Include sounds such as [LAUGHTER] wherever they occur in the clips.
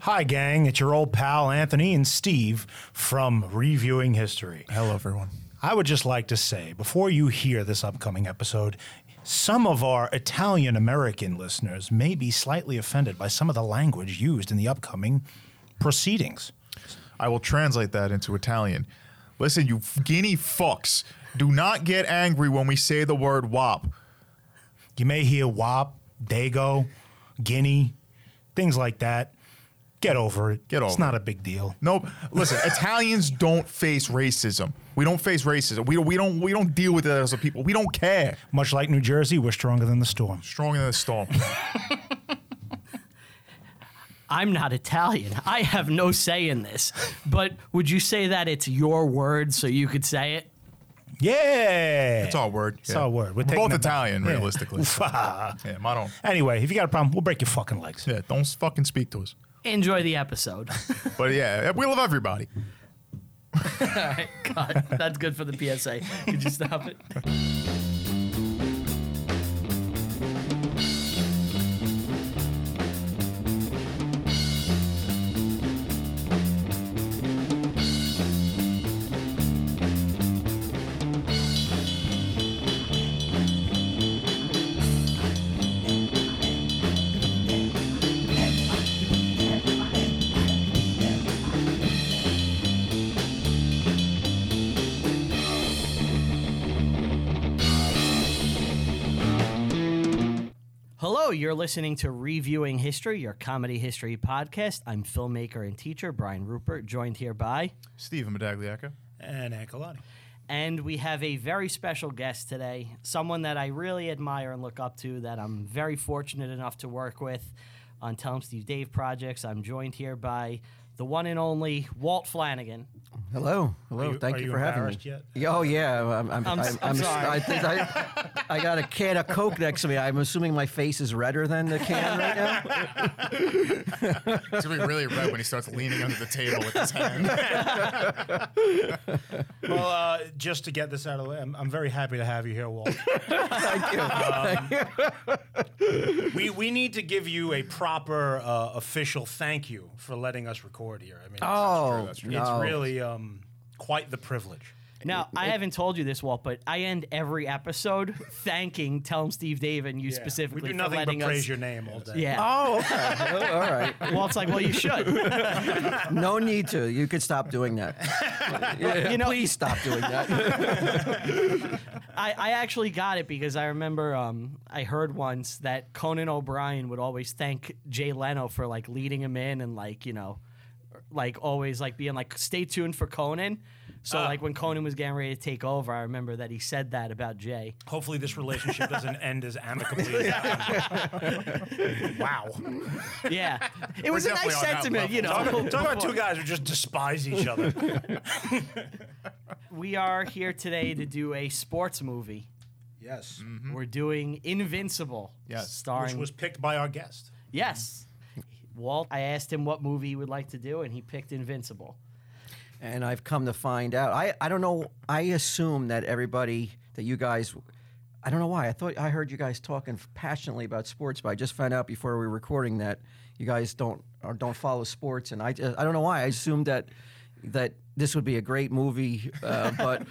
Hi, gang. It's your old pal Anthony and Steve from Reviewing History. Hello, everyone. I would just like to say before you hear this upcoming episode, some of our Italian American listeners may be slightly offended by some of the language used in the upcoming proceedings. I will translate that into Italian. Listen, you f- guinea fucks, do not get angry when we say the word wop. You may hear WAP, Dago, Guinea, things like that. Get over it. Get It's over not a big deal. Nope. [LAUGHS] Listen, Italians don't face racism. We don't face racism. We, we don't we don't deal with it as a people. We don't care. Much like New Jersey, we're stronger than the storm. Stronger than [LAUGHS] the storm. I'm not Italian. I have no say in this. But would you say that it's your word so you could say it? Yeah. It's our word. It's our word. We're We're, taking both it back. Italian, Yeah. [LAUGHS] realistically. Uffa. yeah, my don't. Anyway, if you got a problem, we'll break your fucking legs. Yeah, don't fucking speak to us. Enjoy the episode. But yeah, we love everybody. [LAUGHS] All right, God, that's good for the PSA. Could you stop it? Hello, you're listening to Reviewing History, your comedy history podcast. I'm filmmaker and teacher Brian Rupert, joined here by, Steven Medagliaca. And Ancelotti. and we have a very special guest today, someone that I really admire and look up to, that I'm very fortunate enough to work with on Tell 'Em Steve Dave projects. I'm joined here by the one and only Walt Flanagan. Hello, hello. Are you- Thank are you, you for having me. embarrassed yet? Yeah, Oh yeah, I'm. I'm, I'm I'm, s- I'm, I'm sorry. I, think I, I got a can of Coke next to me. I'm assuming my face is redder than the can right [LAUGHS] now. It's gonna be really red when he starts leaning under the table with his hand. [LAUGHS] Well, uh, just to get this out of the way, I'm, I'm very happy to have you here, Walt. [LAUGHS] Um, Thank you. Thank you. we, we need to give you a proper uh, official thank you for letting us record here. I mean, it's- Oh, that's true. it's, no. really um, quite the privilege. Now, I haven't told you this, Walt, but I end every episode [LAUGHS] thanking Tell 'em Steve Dave and you Yeah. specifically we do for nothing but letting praise us. your name all day. Yeah. Oh, okay. Oh, all right. Walt's like, well, [LAUGHS] you should. No need to. You could stop doing that. Yeah, You know- please stop doing that. I, I actually got it because I remember um, I heard once that Conan O'Brien would always thank Jay Leno for like leading him in and like, you know, like always like being like, stay tuned for Conan. So Ah. like when Conan was getting ready to take over, I remember that he said that [LAUGHS] about Jay. Hopefully, this relationship [LAUGHS] doesn't end as amicably as that one. Wow. Yeah. [LAUGHS] It was a definitely nice on that sentiment, you know. Talk about, talk about two guys who just despise each other. [LAUGHS] We are here today to do a sports movie. yes. We're doing Invincible. Yes. Starring Mm-hmm. Which was picked by our guest. Yes. Walt, I asked him what movie he would like to do, and he picked Invincible. and I've come to find out. I, I don't know. I assume that everybody that you guys, I don't know why. I thought I heard you guys talking passionately about sports, but I just found out before we were recording that you guys don't or don't follow sports, and I ju- I don't know why. I assumed that that this would be a great movie, uh, [LAUGHS] but.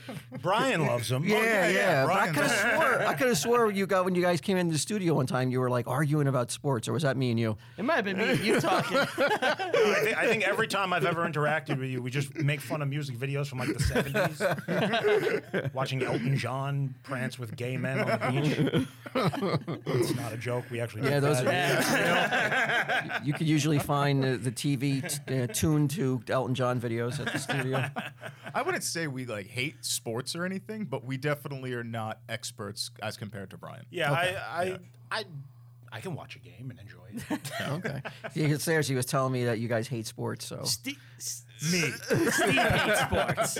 Brian loves him. Oh, Yeah, Oh, yeah, But I Brian's- could have swore I could have swore you got when you guys came into the studio one time you were like arguing about sports, or was that me and you? It might have been me and you talking. [LAUGHS] I, thi- I think every time I've ever interacted with you, we just make fun of music videos from like the 70s. [LAUGHS] Watching Elton John prance with gay men on the beach. It's not a joke. We actually Yeah, did those that. are. you could usually find the, the TV t- uh, tuned to Elton John videos at the studio. I wouldn't say we like hate sports or anything, but we definitely are not experts as compared to Brian. Yeah, I, I, I, I can watch a game and enjoy it. okay. You can say she was telling me that you guys hate sports, so Steve, Steve Me, [LAUGHS] hates sports.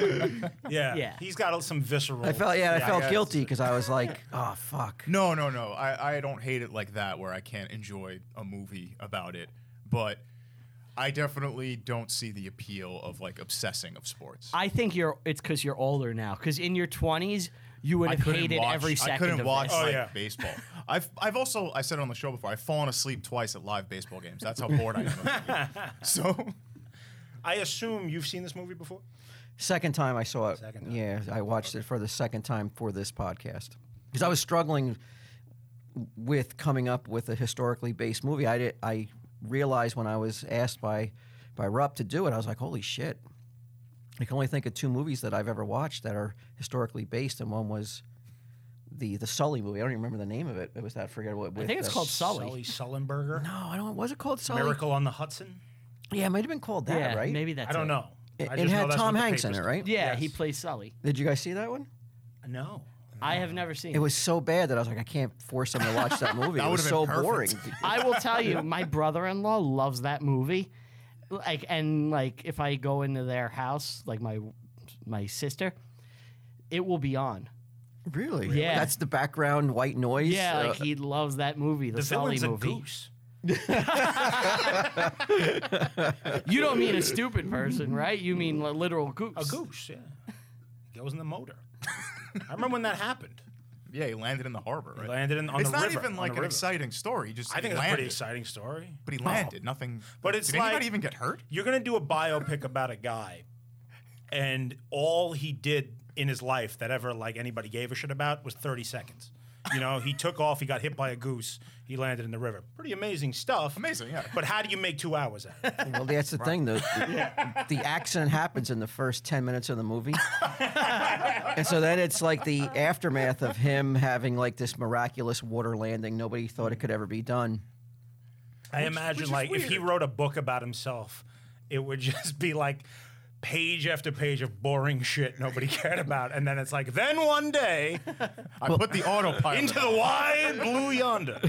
yeah, Yeah. he's got some visceral. I felt yeah, I felt guess. guilty because I was like, oh fuck. No, no, no. I, I don't hate it like that where I can't enjoy a movie about it, but I definitely don't see the appeal of like obsessing of sports. I think you're. It's because you're older now. Because in your twenties, you would I have couldn't hated watch- every second I couldn't of watch this. Oh, like, yeah. baseball. [LAUGHS] I've I've also I said it on the show before. I've fallen asleep twice at live baseball games. That's how bored I am. [LAUGHS] so I assume you've seen this movie before. Second time I saw it. Second time. Yeah, I watched it for the second time for this podcast because I was struggling with coming up with a historically based movie. I did, I realized when I was asked by by Rupp to do it, I was like, holy shit! I can only think of two movies that I've ever watched that are historically based, and one was the the Sully movie. I don't even remember the name of it. It was that forgettable. I think it's called Sully. Sully Sullenberger. No, I don't. Was it called Sully? Miracle on the Hudson. Yeah, it might have been called that, yeah, right? Maybe that's I don't it. know. It, I it just know had that's Tom what the Hanks in it, papers- right? Yeah, Yes. he plays Sully. Did you guys see that one? No. I have never seen. It was so bad that I was like, I can't force them to watch that movie. That it was so would've been boring. perfect. [LAUGHS] I will tell you, my brother-in-law loves that movie. Like, and like, if I go into their house, like my my sister, it will be on. really? Yeah. That's the background white noise. Yeah, Uh, like he loves that movie, the, The Sully villain's a movie. goose. You don't mean a stupid person, right? You mean a literal goose. A goose, yeah. He goes in the motor. [LAUGHS] I remember when that happened. yeah, he landed in the harbor. Right? landed in- on it's the not river, even on like the an river. exciting story. He [LAUGHS] just I think he it's a landed, pretty exciting story. But he landed. Nothing. But it's did like- anybody even get hurt? You're gonna do a biopic about a guy, and all he did in his life that ever like anybody gave a shit about was 30 seconds. You know, he took off, he got hit by a goose, he landed in the river. Pretty amazing stuff. Amazing, yeah. But how do you make two hours out? of it? well, that's the thing. The, the, the accident happens in the first 10 minutes of the movie. and so then it's like the aftermath of him having like this miraculous water landing. Nobody thought it could ever be done. I imagine which is like if he weird. wrote a book about himself, it would [LAUGHS] just be like page after page of boring shit nobody [LAUGHS] cared about, and then it's like then one day I put the autopilot into the wide blue yonder.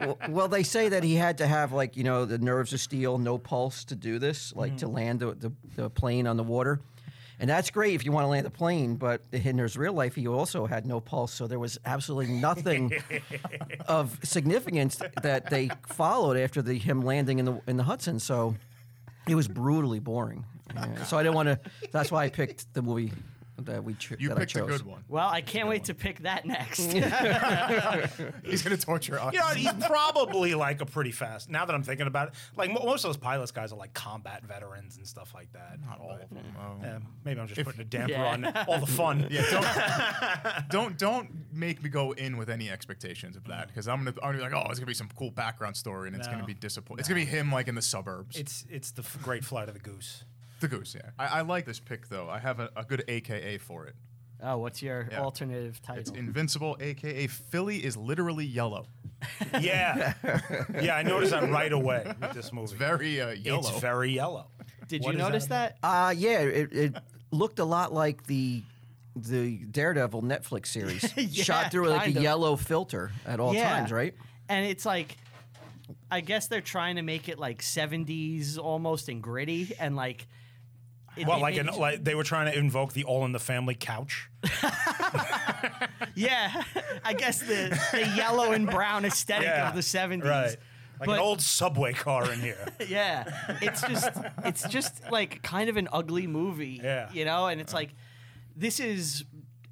well, well, they say that he had to have like you know the nerves of steel, no pulse to do this, like to Mm-hmm. land the, the, the plane on the water, and that's great if you want to land a plane. But in his real life, he also had no pulse, so there was absolutely [LAUGHS] nothing of significance that they followed after the him landing in the in the Hudson. So it was brutally boring. Oh, Yeah, So I didn't want to. That's why I picked the movie that we cho- You that picked I a chose. good one. Well, I can't wait to pick that next. He's gonna torture us. You know, he's probably like a pretty fast. Now that I'm thinking about it, like mo- most of those pilots guys are like combat veterans and stuff like that. Not all of them. Yeah, maybe I'm just putting a damper Yeah. on all the fun. [LAUGHS] Yeah, [LAUGHS] don't, don't don't make me go in with any expectations of that because I'm gonna I'm gonna be like, oh, it's gonna be some cool background story and it's No. gonna be disappointing. It's gonna be him like in the suburbs. It's it's the f- great flight of the goose. the goose. Yeah, I, I like this pick though. I have a, a good AKA for it. oh, what's your Yeah. alternative It's title? Invincible, AKA Philly is literally yellow. Yeah, yeah, I noticed that right away with this movie. Very uh, yellow. It's very yellow. Did What is you that notice about? that? Uh yeah, it, it looked a lot like the the Daredevil Netflix series, [LAUGHS] Yeah, shot through like kind a of. yellow filter at all times, right? And it's like, I guess they're trying to make it like 70s almost and gritty and like. it- Well, it like, an, made- like they were trying to invoke the all in the family couch. [LAUGHS] yeah, [LAUGHS] I guess the, the yellow and brown aesthetic of the 70s. Right. Like But- an old subway car in [LAUGHS] here. Yeah, it's just it's just like kind of an ugly movie. Yeah. you know, and it's like this is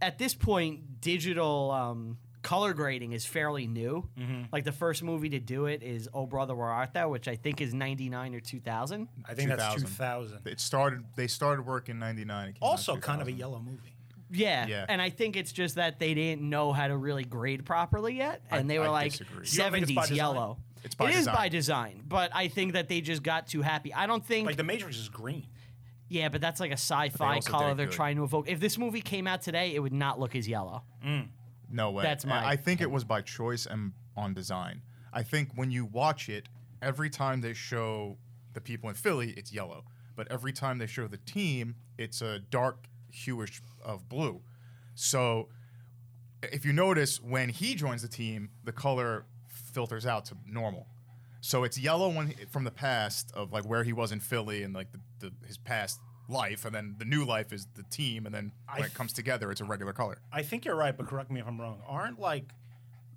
at this point digital um, color grading is fairly new. Mm-hmm. Like the first movie to do it is Oh Brother Where Art Thou, which I think is ninety nine or two thousand. I think that's 2000. 2000. It started. They started work in '99. It came out Also, kind of a 2000. yellow movie. Yeah. Yeah. and I think it's just that they didn't know how to really grade properly yet, and they were I like disagree. You don't think it's by seventies design? yellow. It's by It is design. by design, but I think that they just got too happy. I don't think Like the Matrix is green. Yeah, but that's like a sci-fi also color did they're good. trying to evoke. If this movie came out today, it would not look as yellow. No way. That's my- I I think it was by choice and on design. I think when you watch it, every time they show the people in Philly, it's yellow. But every time they show the team, it's a dark hewish of blue. So if you notice, when he joins the team, the color filters out to normal. So it's yellow when, from the past of like where he was in Philly and like the, the, his past life, and then the new life is the team, and then when I it comes together, it's a regular color. I think you're right, but correct me if I'm wrong. Aren't like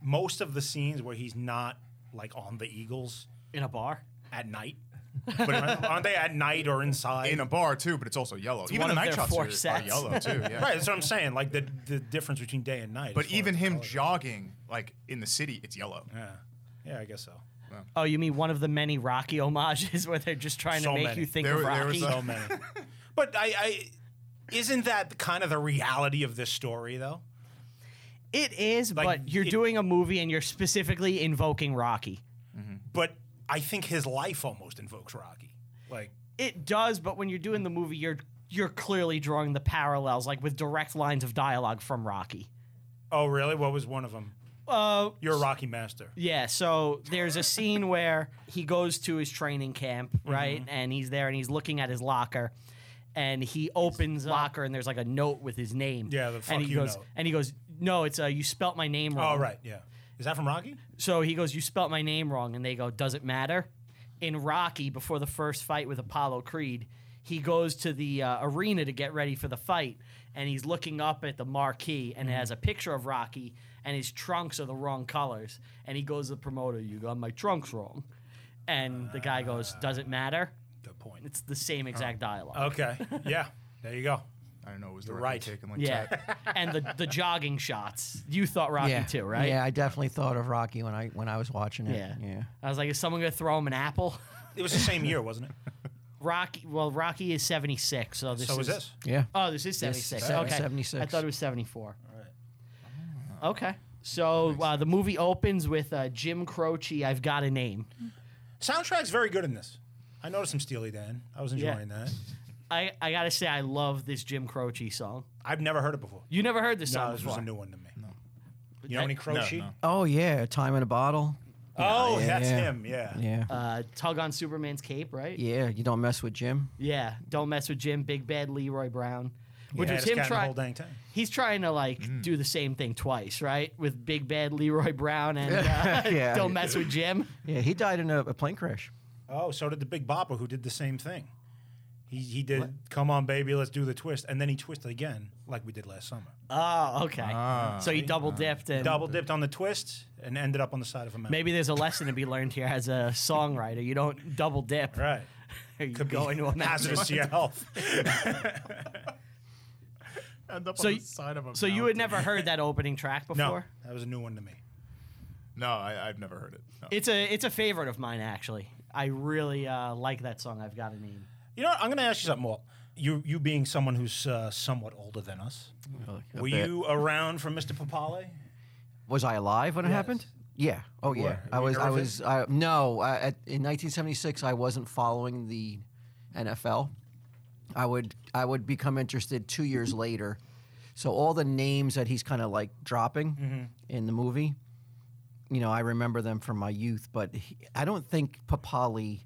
most of the scenes where he's not like on the Eagles In a bar? at night? But aren't they at night or inside? in a bar too, but it's also yellow. even one the of night their shots four are, are sets. yellow [LAUGHS] too. Yeah. right, that's what I'm saying. Like the, the difference between day and night. But as far even as him color. jogging, like in the city, it's yellow. Yeah. yeah, I guess so. Oh, you mean one of the many Rocky homages [LAUGHS] where they're just trying So to make many. you think There- of there Rocky? was a- So many. [LAUGHS] But I, I, isn't that kind of the reality of this story though? it is, Like, but you're it- doing a movie and you're specifically invoking Rocky. But I think his life almost invokes Rocky. Like It does, but when you're doing the movie, you're you're clearly drawing the parallels, like with direct lines of dialogue from Rocky. Oh, really? What was one of them? Uh, You're a Rocky Master. Yeah, so there's a scene where he goes to his training camp, Mm-hmm. right? And he's there and he's looking at his locker and he opens the locker and there's like a note with his name. Yeah, the fuck and he you goes note. and he goes, "No, it's uh, you spelt my name wrong." Oh, right. Yeah. Is that from Rocky? So he goes, "You spelt my name wrong," and they go, "Does it matter?" In Rocky, before the first fight with Apollo Creed, he goes to the uh, arena to get ready for the fight, and he's looking up at the marquee, and it Mm-hmm. has a picture of Rocky, and his trunks are the wrong colors, and he goes to the promoter, "You got my trunks wrong," and the guy goes, "Does it matter?" Good point. It's the Uh-huh. same exact dialogue. Okay. Yeah. There you go. I don't know. It was You're directly right. taken like Yeah, that. and the the jogging shots. You thought Rocky yeah. too, right? Yeah, I definitely thought of Rocky when I when I was watching it. Yeah. yeah. I was like, is someone gonna throw him an apple? [LAUGHS] It was the same year, wasn't it? Rocky. Well, Rocky is seventy six. So this so is, was this. Yeah. Oh, this is seventy six. seven- okay, 76. I thought it was seventy four. Okay. So uh, the movie opens with uh, Jim Croce. I've got a name. Soundtrack's very good in this. I noticed some Steely Dan. I was Yeah. enjoying that. I, I gotta say I love this Jim Croce song. I've never heard it before. You never heard this No, song this before. was a new one to me. You know any Croce? no. Oh yeah, time in a bottle. Oh, Yeah, that's yeah. him. Yeah. Yeah. uh, Tug on Superman's cape, right? yeah, you don't mess with Jim. Yeah. Don't mess with Jim. Big bad Leroy Brown. Which Yeah, was this him cat in the trying. whole dang Mm. time. He's trying to like do the same thing twice, right? With Big Bad Leroy Brown [LAUGHS] and uh, Yeah. [LAUGHS] Don't Mess with Jim. Yeah, he died in a, a plane crash. Oh, so did the Big Bopper, who did the same thing. He he did. Come on, baby, let's do the twist, and then he twisted again, like we did last summer. Oh, okay. so he double dipped and Ah, Double dipped on the twist and ended up on the side of a mountain. Maybe there's a lesson to be learned here as a songwriter. You don't double dip. Right. [LAUGHS] You Could go be into [LAUGHS] a hazardous mountain. to your [LAUGHS] health. End up So on y- the side of a So you mountain. had never heard that opening track before? No, that was a new one to me. No, I, I've never heard it. No. It's a it's a favorite of mine actually. I really uh, like that song. I've got a name. You know, what? I'm going to ask you something, Walt. You you being someone who's uh, somewhat older than us, were you around for Mr. Papale? Was I alive when it happened? Yeah. Oh yeah. were. I Were you was. I nervous? was. I, no. I, at, in 1976, I wasn't following the NFL. I would. I would become interested two years later. So all the names that he's kind of like dropping in the movie, you know, I remember them from my youth. But he, I don't think Papali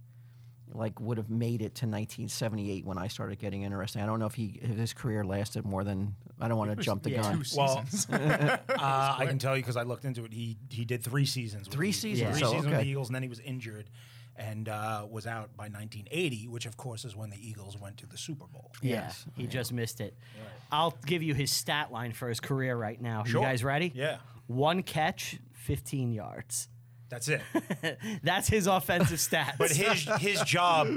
like would have made it to 1978 when I started getting interested. I don't know if he if his career lasted more than. I don't want to jump the yeah. gun. Two Well, seasons. [LAUGHS] Uh, I can tell you because I looked into it. He he did three seasons. with Three the Eagles. seasons? Three Oh, seasons with okay. the Eagles, and then he was injured, and uh, was out by 1980, which of course is when the Eagles went to the Super Bowl. Yes. Yeah, he just missed it. I'll give you his stat line for his career right now. You guys ready? Yeah, One catch, 15 yards. [LAUGHS] that's it. That's his offensive stats. But his his job.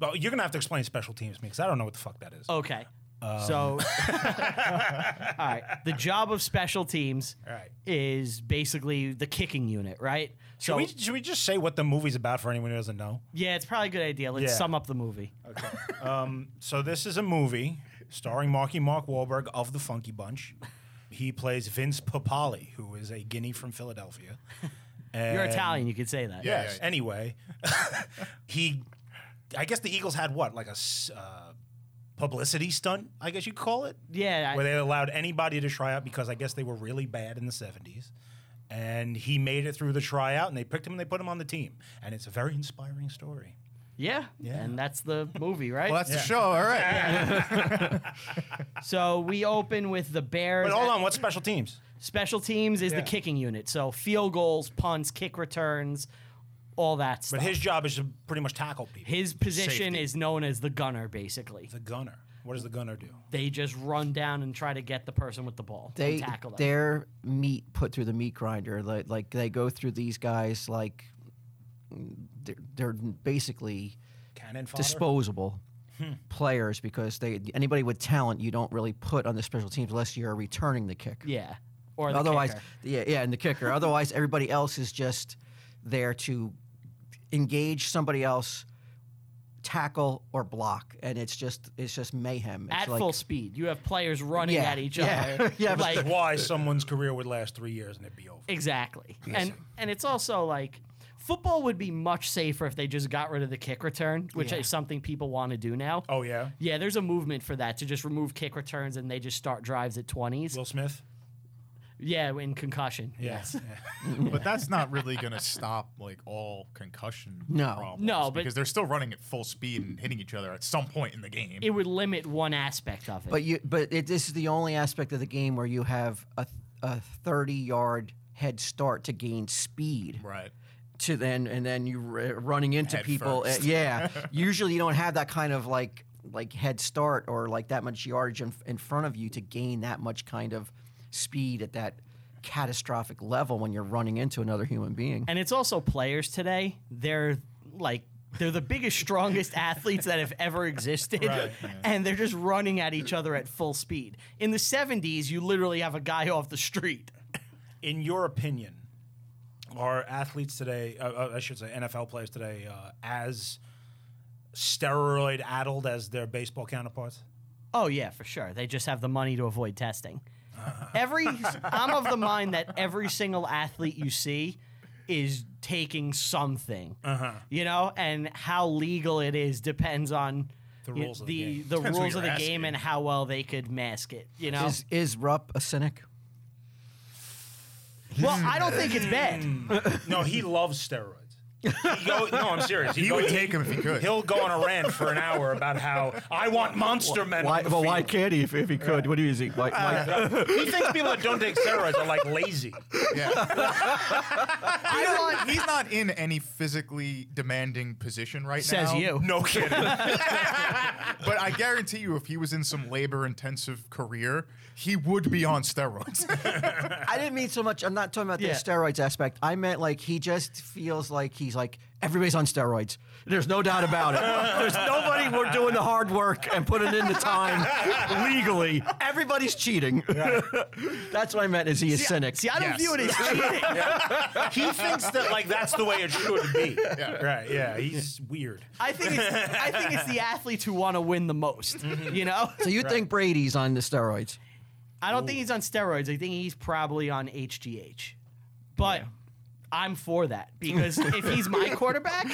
Well, you're gonna have to explain special teams to me because I don't know what the fuck that is. Okay. Um. [LAUGHS] So, [LAUGHS] all right. The job of special teams All right. is basically the kicking unit, right? Should So, we, should we just say what the movie's about for anyone who doesn't know? yeah, it's probably a good idea. Let's Yeah. sum up the movie. So this is a movie starring Marky Mark Wahlberg of the Funky Bunch. He plays Vince Papali, who is a guinea from Philadelphia. You're And- Italian, you could say that. Yeah, Yes. yeah. Anyway, [LAUGHS] he, I guess the Eagles had what like a s- uh, publicity stunt, I guess you could call it, Yeah. I- where they allowed anybody to try out because I guess they were really bad in the seventies. And he made it through the tryout, and they picked him and they put him on the team. And it's a very inspiring story. yeah. And that's the movie, right? well, that's the show. All right. so we open with the Bears. But hold at- on, what special teams? Special teams is the Yeah. kicking unit. So field goals, punts, kick returns, all that stuff. But his job is to pretty much tackle people. His position Safety. is known as the gunner, basically. The gunner. What does the gunner do? They just run down and try to get the person with the ball. they and tackle them. their meat put through the meat grinder like like they go through these guys like they're, they're basically Cannon fodder. disposable Hmm. players because they anybody with talent you don't really put on the special teams unless you're returning the kick. Yeah. Or the Otherwise, kicker. yeah, yeah, and the kicker. Otherwise, everybody else is just there to engage somebody else, tackle or block, and it's just it's just mayhem. It's at like, full speed. You have players running Yeah, at each yeah, other. [LAUGHS] yeah, but- like, That's why someone's career would last three years and it'd be over. Exactly. And and it's also like football would be much safer if they just got rid of the kick return, which is something people want to do now. Oh yeah, Yeah, there's a movement for that to just remove kick returns and they just start drives at 20s. Will Smith. yeah, in concussion. Yeah. Yes. But that's not really going to stop like all concussion No. problems. [LAUGHS] No, but- because they're still running at full speed and hitting each other at some point in the game. It would limit one aspect of it. But you, but it, this is the only aspect of the game where you have a a thirty yard head start to gain speed. right. To then and then you r- running into Head people. first. uh, yeah, [LAUGHS] usually you don't have that kind of like like head start or like that much yardage in, in front of you to gain that much kind of speed at that catastrophic level when you're running into another human being. and it's also players today. They're like they're the biggest, strongest [LAUGHS] athletes that have ever existed, Right, [LAUGHS] and they're just running at each other at full speed. In the '70s, you literally have a guy off the street. In your opinion, are athletes today, uh, uh, I should say NFL players today, uh, as steroid addled as their baseball counterparts? Oh yeah, for sure. They just have the money to [LAUGHS] avoid testing. Every I'm of the mind that every single athlete you see is taking something. Uh-huh. You know, and how legal it is depends on The y- rules of the game. the Depends who rules of you're the game asking. and how well they could mask it, you know? Is is Rupp a cynic? well, I don't think it's bad. No, he loves steroids. He go, no, I'm serious. He go- would take him if he could. He'll go on a rant for an hour about how I want monster men. on the field." can't he if, if he could? What do you think? Why, [LAUGHS] He thinks people that don't take steroids are like lazy. [LAUGHS] Yeah. I want He's not in any physically demanding position right now. says you. No kidding. But I guarantee you, if he was in some labor intensive career, he would be on steroids. I didn't mean so much. I'm not talking about Yeah. the steroids aspect. I meant like he just feels like he's like everybody's on steroids. There's no doubt [LAUGHS] about it. There's nobody we're doing the hard work and putting in the time legally. Everybody's cheating. [LAUGHS] That's what I meant. Is he a cynic? See, I don't Yes. [LAUGHS] view it as cheating. he thinks that like that's the way it should be. Right? Yeah. He's weird. I think it's I think it's the athletes who want to win the most, you know? [LAUGHS] so you think Brady's on the steroids? I don't think he's on steroids. I think he's probably on HGH. But I'm for that because if he's my quarterback,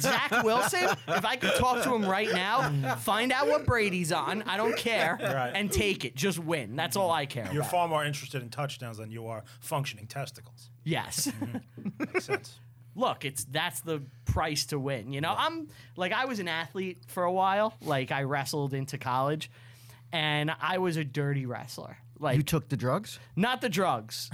Zach Wilson, if I could talk to him right now, find out what Brady's on, I don't care, Right. and take it. Just win. That's all I care You're about. far more interested in touchdowns than you are functioning testicles. yes. Makes sense. Look, it's that's the price to win. You know, I'm like I was an athlete for a while. Like I wrestled into college, and I was a dirty wrestler. Like You took the drugs? not the [LAUGHS] drugs.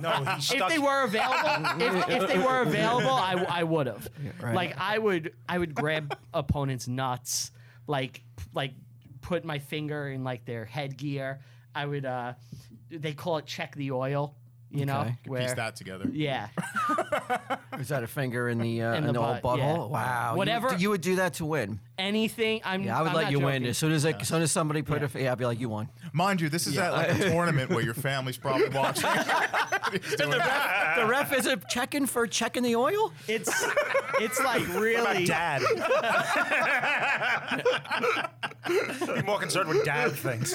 No, he if stuck. they were available, if, if they were available, I, I would have. right. Like I would, I would grab opponents' nuts, like like put my finger in like their headgear. I would. uh They call it check the oil. You know Okay. where. Piece that together. [LAUGHS] yeah, Is that a finger in the uh, In in, the the, old butt, yeah. butthole? Wow. You- Whatever- You, would do that to win. anything. I'm. Yeah, I would I'm let not you win joking. as soon as like, as soon as somebody put a. Yeah, I'd be like, [LAUGHS] you won. Mind you, this is at like a tournament where your family's probably [LAUGHS] watching. He's doing that. the ref is a checking for checking the oil. [LAUGHS] It's it's like About really. dad. Be more concerned with dad things.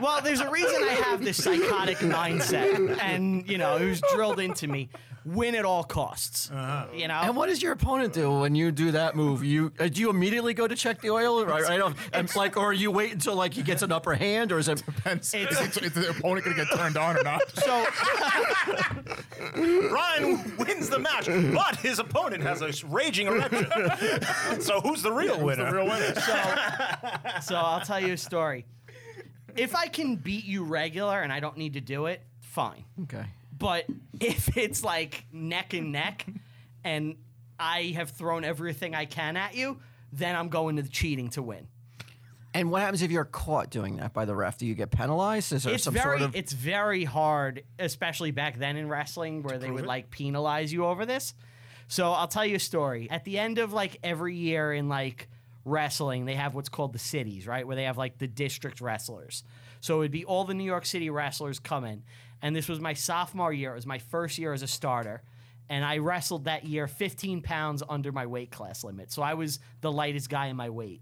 Well, there's a reason I have this psychotic mindset, and you know it was drilled into me. Win at all costs. Uh-huh. You know. And what does your opponent do when you do that move? You uh, do you immediately go to check the oil, right? right off, and like, or you wait until like he gets an upper hand, or is it? Depends. Is, It's- is the opponent going to get turned on or [LAUGHS] not? so Ryan wins the match, but his opponent has a raging erection. so who's the real winner? The real winner. [LAUGHS] so, so I'll tell you a story. If I can beat you regular and I don't need to do it, fine. Okay. But if it's like neck and neck and I have thrown everything I can at you, then I'm going to the cheating to win. And what happens if you're caught doing that by the ref? Do you get penalized? Is there it's some very sort of it's very hard, especially back then in wrestling, where they would like penalize you over this. So I'll tell you a story. At the end of like every year in like wrestling, they have what's called the cities, right? Where they have like the district wrestlers. So it would be all the New York City wrestlers come in. And this was my sophomore year. It was my first year as a starter. And I wrestled that year 15 pounds under my weight class limit. So I was the lightest guy in my weight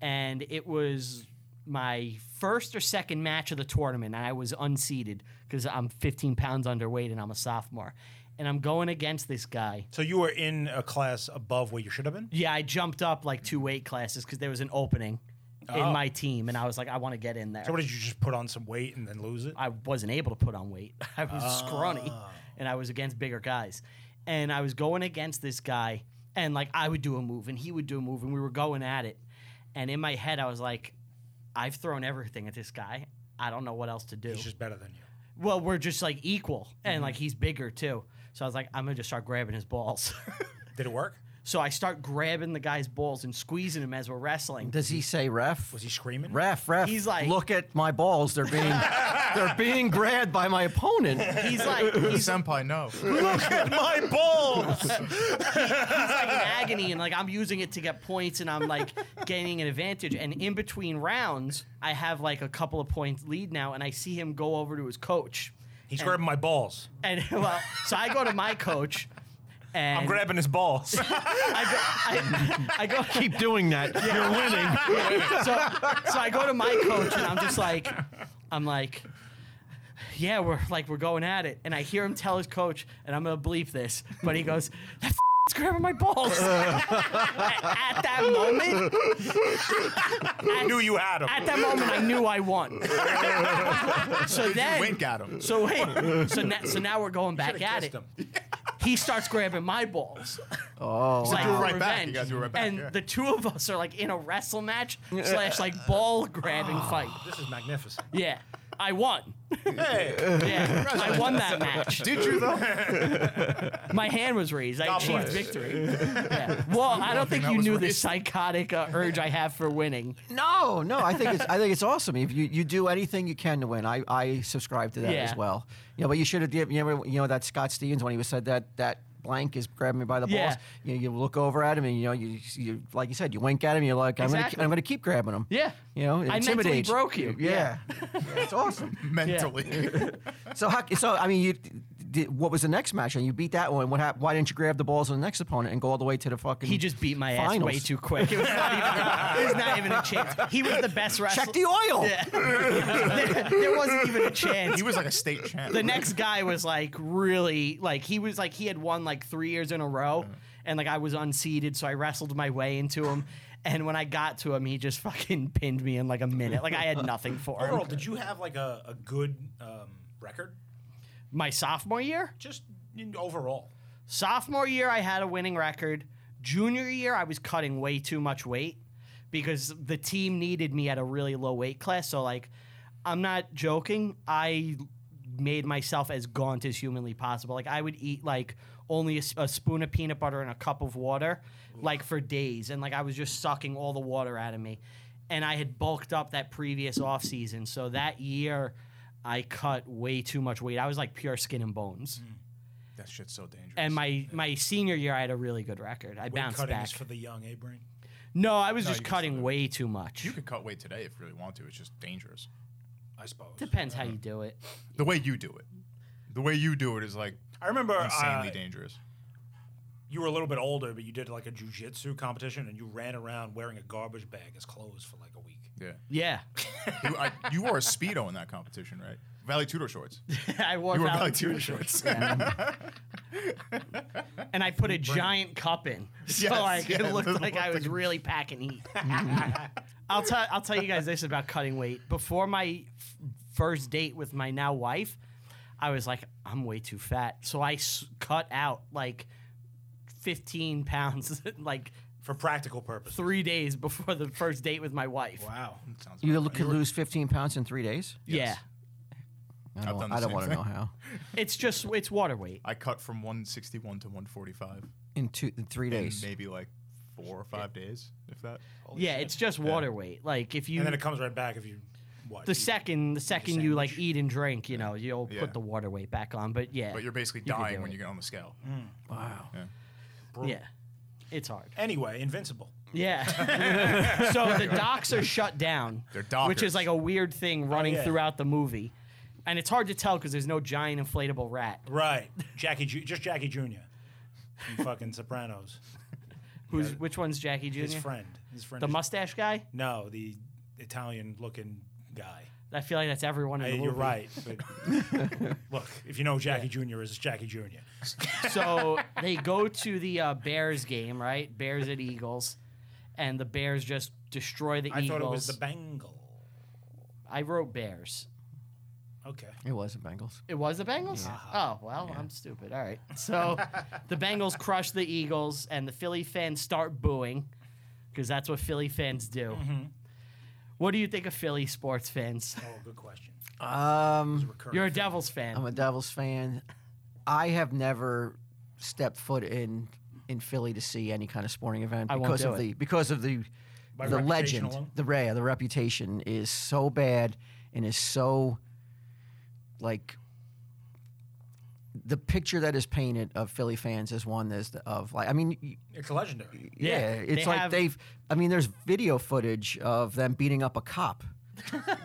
and it was my first or second match of the tournament. And I was unseeded because I'm 15 pounds underweight and I'm a sophomore. And I'm going against this guy. So you were in a class above where you should have been. Yeah, I jumped up like two weight classes because there was an opening in my team, and I was like, I want to get in there. So what did you just put on some weight and then lose it? I wasn't able to put on weight. [LAUGHS] I was scrawny Ah. and I was against bigger guys. And I was going against this guy and like I would do a move and he would do a move and we were going at it. And in my head I was like I've thrown everything at this guy. I don't know what else to do. He's just Mm-hmm. better than you. well, we're just like equal and like he's bigger too. So I was like I'm going to just start grabbing his balls. [LAUGHS] Did it work? so I start grabbing the guy's balls and squeezing him as we're wrestling. does he say ref? Was he screaming? Ref, ref. He's like- look at my balls. They're being they're being grabbed by my opponent. [LAUGHS] He's like he's Senpai, no. [LAUGHS] My balls. it's like an agony and like I'm using it to get points and I'm like gaining an advantage. And in between rounds, I have like a couple of points lead now, and I see him go over to his coach. He's grabbing my balls. And [LAUGHS] well, so I go to my coach, and I'm grabbing his [LAUGHS] balls. I go, I, I go [LAUGHS] Keep doing that. You're winning. so, so I go to my coach and I'm just like, I'm like, yeah, we're like we're going at it. And I hear him tell his coach, and I'm gonna bleep this, but he goes, that f- grabbing my balls. [LAUGHS] at that moment, I knew you had him. at that moment, I knew [LAUGHS] I won. so then, Wink at him. so wait, so now, so now we're going back at it. Kissed him. He starts grabbing my balls. Oh, like, do it for right back. You revenge. gotta do it right back, And yeah. the two of us are like in a wrestle match slash like ball grabbing fight. This is magnificent. Yeah, I won. Hey, Yeah, I won that match. Did you though? My hand was raised. I God achieved bless. victory. Yeah. Well, I don't think that you was knew the raised. psychotic uh, urge I have for winning. No, no, I think it's I think it's awesome. If you, you do anything you can to win, I, I subscribe to that Yeah. as well. You know, but you should have given you know, you know that Scott Stevens when he was said that that blank is grabbing me by the Yeah. balls. You, you look over at him and you know you, you like you said you wink at him. You're like I'm Exactly. gonna I'm gonna keep grabbing him. Yeah. you know, it I mentally intimidates broke you. Yeah, it's awesome. Mentally. [LAUGHS] So how, so I mean you. Did, what was the next match? And you beat that one. What? hap- Why didn't you grab the balls on the next opponent and go all the way to the fucking? He just beat my ass finals? way too quick. It was not [LAUGHS] even, it was not even a chance. He was the best wrestler. check the oil. Yeah. there, [LAUGHS] there wasn't even a chance. He was like a state champ. the next guy was like really like he was like he had won like three years in a row and like i was unseated so i wrestled my way into him and when i got to him he just fucking pinned me in like a minute like i had nothing for him Earl, did you have like a, a good um, record? my sophomore year Just in overall. sophomore year i had a winning record junior year i was cutting way too much weight because the team needed me at a really low weight class so like i'm not joking i made myself as gaunt as humanly possible like i would eat like only a, s- a spoon of peanut butter and a cup of water like for days and like i was just sucking all the water out of me and i had bulked up that previous off season so that year i cut way too much weight i was like pure skin and bones That shit's so dangerous. and my my senior year, I had a really good record. I Weight bounced cutting back. is for the young, eh, Brain? no, I was just you can still cutting way too much. you could cut weight today if you really want to. It's just dangerous. I suppose. Depends how you do it. The way you do it. The way you do it is like I remember insanely uh, dangerous. you were a little bit older, but you did like a jujitsu competition and you ran around wearing a garbage bag as clothes for like a week. Yeah. Yeah, [LAUGHS] You, I, you wore a speedo in that competition, right? Valley Tudor shorts. I wore You wore Val- Valley Tudor shorts. and I put a giant cup in, so Yes, like yeah, it looked it like I looked was like- really packing heat. I'll tell I'll tell you guys this about cutting weight. Before my f- first date with my now wife, I was like, I'm way too fat, so I s- cut out like 15 pounds, [LAUGHS] like For practical purposes. three days before the first date with my wife. Wow. [LAUGHS] Sounds You about right. could lose 15 pounds in three days. Yeah. I I've done don't, the I don't same want to thing. know how. It's just it's water weight. I cut from 161 to 145 In two, in three in days. maybe like four or five days, if that. yeah, it's just water weight. Like if you and then it comes right back if you what? the second the second you like eat and drink, you know, you'll Yeah. put the water weight back on. But yeah, But you're basically could dying do when it. you get on the scale. Wow. yeah, it's hard. Anyway, Invincible. Yeah. so the docks are shut down. They're Which dockers. is like a weird thing running yeah. throughout the movie. And it's hard to tell because there's no giant inflatable rat Right. Jackie, Ju- just Jackie Jr. From fucking Sopranos. Who's which one's Jackie Jr.? His friend. His friend. The is- mustache guy? No, the Italian looking guy. I feel like that's everyone in Hey, the movie. you're right. But [LAUGHS] look, if you know who Jackie Jr. is, it's Jackie Jr. So they go to the uh, Bears game, right? Bears at Eagles, and the Bears just destroy the I Eagles. thought it was the Bengal. I wrote Bears. Okay. It wasn't Bengals. It was the Bengals? Oh, well, I'm stupid. All right. So the Bengals crush the Eagles, and the Philly fans start booing because that's what Philly fans do. Mm-hmm. What do you think of Philly sports fans? Oh, good question. Um, Recurring. You're a Devils fan. I'm a Devils fan. I have never stepped foot in in Philly to see any kind of sporting event I won't because do of it. the because of the By the reputation legend, alone? the Ray, the reputation is so bad and is so like the picture that is painted of Philly fans is one that's the- of like I mean y- it's legendary. Yeah, yeah, they it's like have- they've I mean there's video footage of them beating up a cop.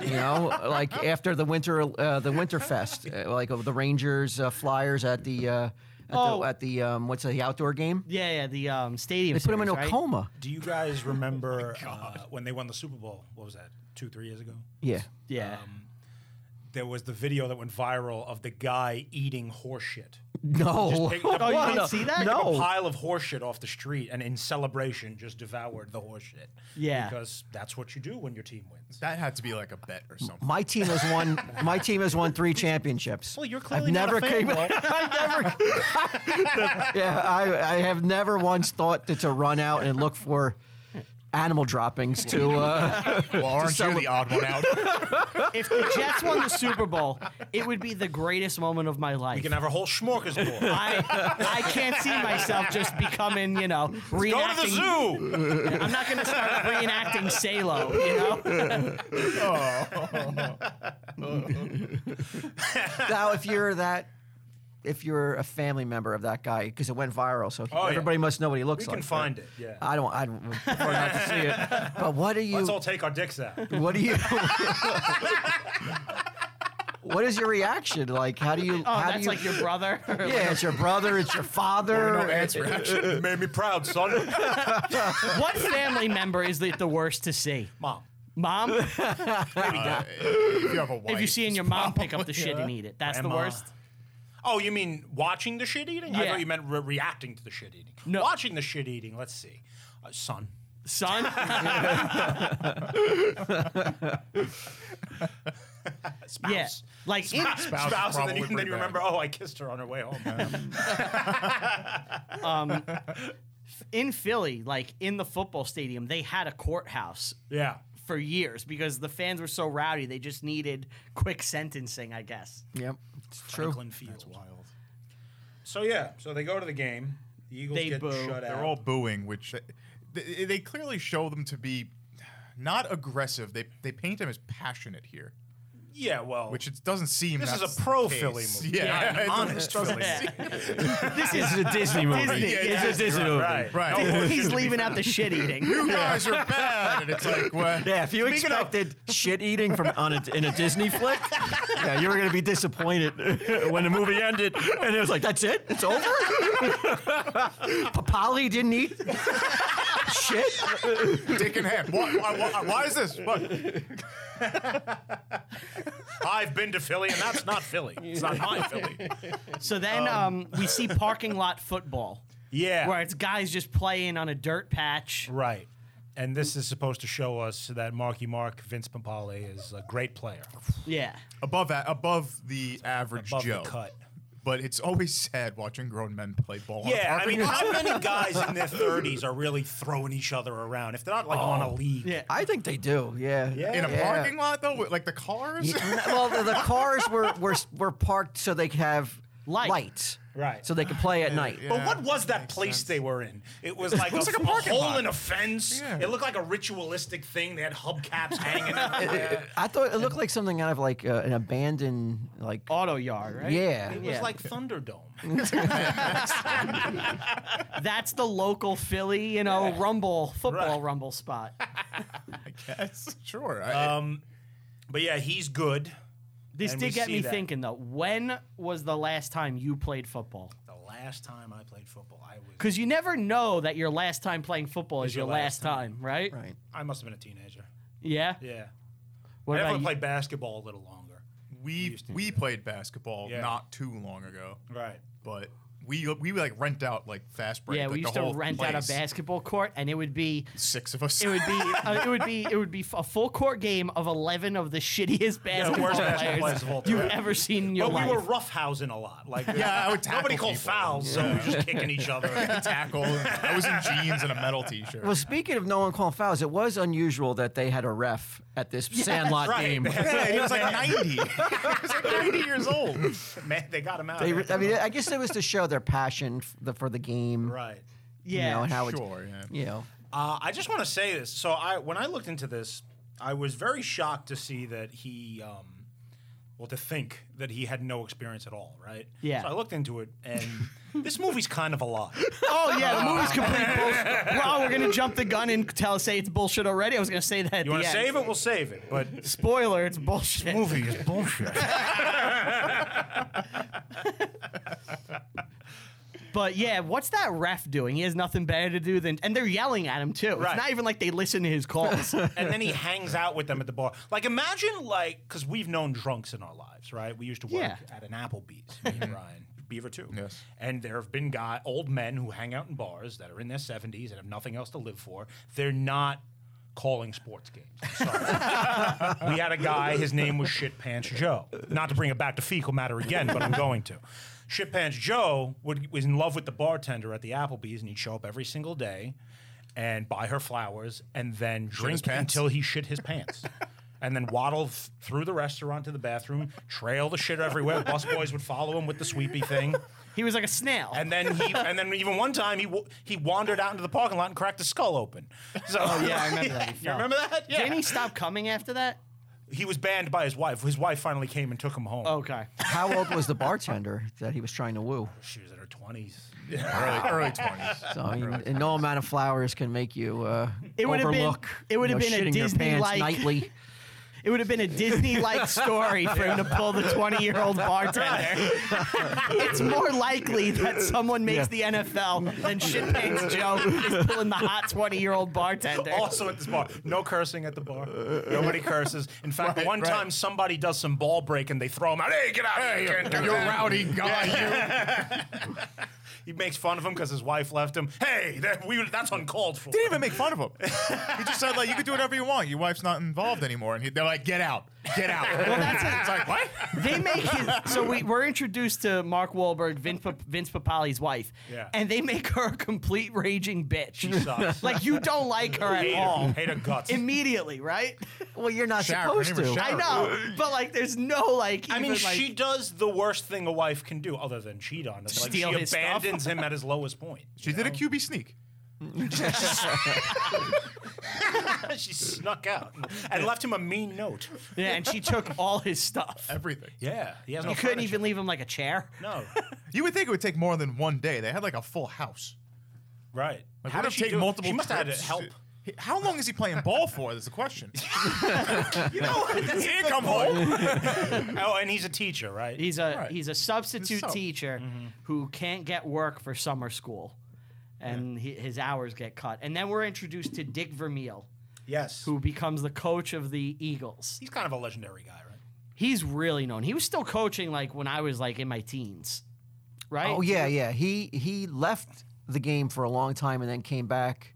you know, [LAUGHS] like after the winter uh, the Winterfest, uh, like of the Rangers uh, Flyers at the uh, at Oh. the, at the um, what's the outdoor game? yeah, yeah, the um, stadium. They put him in a series, right? coma. Do you [LAUGHS] guys Oh remember uh, when they won the Super Bowl? What was that? Two, three years ago? Yeah. Yeah. Um. There was the video that went viral of the guy eating horse shit. No. Picked up Oh, you a- didn't see that? picked up a No. pile of horse shit off the street and in celebration just devoured the horse shit. Yeah. Because that's what you do when your team wins. That had to be like a bet or something. [LAUGHS] My team has won. My team has won three championships. Well, you're I've clearly not a fan, [LAUGHS] Walt. I never. [LAUGHS] yeah, I, I have never once thought that to run out and look for animal droppings to. Uh, Well, aren't you the odd one out? if the Jets won the Super Bowl, it would be the greatest moment of my life. [LAUGHS] You can have a whole [LAUGHS] smorgasbord. I, I can't see myself just becoming, you know, reenacting. Go to the zoo. [LAUGHS] I'm not going to start reenacting Salo, you know? now, if you're that, if you're a family member of that guy, because it went viral, so Oh, yeah. everybody must know what he We looks like. can find it. Yeah. I don't. I don't prefer not to [LAUGHS] see it. But what do you? Let's all take our dicks out. [LAUGHS] What do you? [LAUGHS] what is your reaction? Like, how do you? Oh, how do that's you, like your brother. Yeah, it's your brother, it's your father. No [LAUGHS] answer. Actually, Made me proud, son. what family member is the, the worst to see? Mom. Mom? Uh, if you have a wife, if you seeing your mom pick up the shit and eat it, that's Grandma. the worst. Oh, you mean watching the shit eating? I Yeah. thought you meant re- reacting to the shit eating. No. Watching the shit eating, let's see. Uh, son. [LAUGHS] Son? Spouse. yeah. Like, in, Spouse Spouse, and then probably you, then pretty you bad. remember, oh, I kissed her on her way home. in Philly, like in the football stadium, they had a courthouse yeah. for years because the fans were so rowdy, they just needed quick sentencing, I guess. [LAUGHS] Yep, it's true. Franklin Field. That's wild. So, yeah, so they go to the game. The Eagles They get boo. shut out. They're all booing, which uh, they, they clearly show them to be not aggressive. They they paint them as passionate here, yeah, well. which it doesn't seem. This is that's a pro the case. Philly movie, Yeah, not an [LAUGHS] it honest doesn't Philly. seem- [LAUGHS] This It's is a Disney movie. Disney, It's yeah. a Disney movie. right. Right. No, [LAUGHS] it He's shouldn't be leaving out the shit [LAUGHS] eating. You guys are bad, and it's like well, Yeah, if you Speaking of- expected shit eating from on a, in a Disney [LAUGHS] flick, yeah, you were gonna be disappointed when the [LAUGHS] movie ended, and it was like, "That's it, it's over." [LAUGHS] Papali didn't eat [LAUGHS] shit. dick in hand. Why, why, why, why is this? What? I've been to Philly, and that's not Philly. It's not [LAUGHS] my Philly. So then um, we see parking lot football, Yeah. where it's guys just playing on a dirt patch. Right. And this is supposed to show us that Marky Mark, Vince Papale, is a great player. Yeah. above a- above the average Above Joe. the cut. But it's always sad watching grown men play ball. on Yeah, I parking mean, lots. how many guys in [LAUGHS] their 30s are really throwing each other around? If they're not like on a league. Yeah. I think they do. Yeah. Yeah. in a Yeah. parking lot though, with, like the cars. [LAUGHS] Yeah, well, the, the cars were, were were parked so they could have Light. lights. Right. So they could play at night. But Yeah, what was that makes place sense. they were in? [LAUGHS] It was like, looks a, like a a parking hole lot. in a fence. Yeah. It looked like a ritualistic thing. They had hubcaps hanging. [LAUGHS] everywhere. I thought it looked like something out of like uh, an abandoned like. Oh, Auto yard, right? Yeah. It was like Thunderdome. That's the local Philly, you know, rumble football Right. rumble spot. I guess. Sure. I, Um, But yeah, he's good. This And we did get see me that. thinking though. When was the last time you played football? The last time I played football, I was. Because you never know that your last time playing football is your, last time, right? Right. I must have been a teenager. Yeah. Yeah. What I about definitely you? played basketball a little longer. we we played basketball Yeah. not too long ago, Right. but we we like rent out like fast break. yeah, like, the we used to whole rent out a place. basketball court, and it would be Six of us. It [LAUGHS] would be uh, it would be it would be a full court game of eleven of the shittiest basketball worst basketball players players of all time. you've ever seen in your But life. we were roughhousing a lot. Like Yeah, I would tackle nobody called people. fouls, so we were just kicking each other. tackle. I was in jeans and a metal [LAUGHS] T-shirt. Well, speaking of no one calling fouls, it was unusual that they had a ref at this [LAUGHS] Sandlot right. [LAUGHS] game. yeah, he was like ninety. he was like ninety years old. Man, they got him out. They, I mean, I guess it was to show their passion f- the, for the game. right. You yeah. know, and how Sure. Yeah. it's, you know. Uh, I just want to say this. So I, when I looked into this, I was very shocked to see that he, um, well, to think that he had no experience at all, right? Yeah. So I looked into it, and this movie's kind of a lie. oh yeah, the movie's [LAUGHS] complete bullshit. Wow, we're gonna jump the gun and tell say it's bullshit already. I was gonna say that. At You the [LAUGHS] want to end. save it? We'll save it. But this Spoiler, it's bullshit. movie is bullshit. But yeah, what's that ref doing? He has nothing better to do than, and they're yelling at him too. Right. It's not even like they listen to [LAUGHS] his calls. and then he hangs out with them at the bar. Like, imagine, like, because we've known drunks in our lives, right? We used to work Yeah. at an Applebee's, me and Ryan, Beaver too. Yes. And there have been guy, old men who hang out in bars that are in their 70s and have nothing else to live for. They're not calling sports games. Sorry. we had a guy, his name was Shit Pants Joe. Not to bring it back to fecal matter again, but I'm going to. Shit Pants Joe would, was in love with the bartender at the Applebee's, and he'd show up every single day and buy her flowers and then his drink pants? until he shit his pants. [LAUGHS] And then waddle f- through the restaurant to the bathroom, trail the shit everywhere. Bus boys would follow him with the sweepy thing, he was like a snail. and then he, and then even one time he wa- he wandered out into the parking lot and cracked his skull open. So oh yeah, I remember [LAUGHS] that. He you fell. remember that? Yeah Didn't he stop coming after that? he was banned by his wife. His wife finally came and took him home. Okay. How old was the bartender that he was trying to woo? She was in her 20s. Early- Early twenties. [LAUGHS] So I mean, and no amount of flowers can make you uh, It would have been- overlook. it would you have know, been a shitting your pants Disney-like- nightly. It would have been a Disney like story for him to pull the 20 year old bartender. [LAUGHS] it's more likely that someone makes the NFL than shit pants Joe is pulling the hot 20 year old bartender. Also at this bar. No cursing at the bar. [LAUGHS] Nobody curses. In fact, Right, one right. time somebody does some ball break and they throw him out. Hey, get out! Hey, you can't do You're that." rowdy guy. You. He makes fun of him because his wife left him. Hey, that, we, that's uncalled for. Didn't even make fun of him. He just said like, you can do whatever you want. Your wife's not involved anymore, and he, they're like, get out, [LAUGHS] get out. well, that's it. It's like what? They make his. So we, we're introduced to Mark Wahlberg, Vince, Pap- Vince Papali's wife. Yeah. And they make her a complete raging bitch. Sucks. like, you don't like her at hate all. her. Hate her guts. Immediately, right? Well, you're not Shower, her supposed name was to. Shower. I know. But, like, there's no, like. I mean, even, like- she does the worst thing a wife can do, other than cheat on him. Like, Steal she his stuff. abandons him at his lowest point. [LAUGHS] She did a QB sneak. [LAUGHS] she snuck out and left him a mean note. Yeah, and she took all his stuff. Everything. Yeah, he has no. [LAUGHS] You couldn't furniture. even leave him like a chair. No, You would think it would take more than one day. They had like a full house. right. Like, How what did if she take do it? multiple? She must have had trips? [LAUGHS] help. He- How long is he playing ball for? That's the question. You know, [LAUGHS] that's He didn't come home. [LAUGHS] Oh, and he's a teacher, right? He's a Right. he's a substitute So- teacher who can't get work for summer school, and he, his hours get cut. And then we're introduced to Dick Vermeil, yes. who becomes the coach of the Eagles. He's kind of a legendary guy, right? He's really known. He was still coaching like when I was like in my teens, right? Oh yeah, yeah. He he left the game for a long time and then came back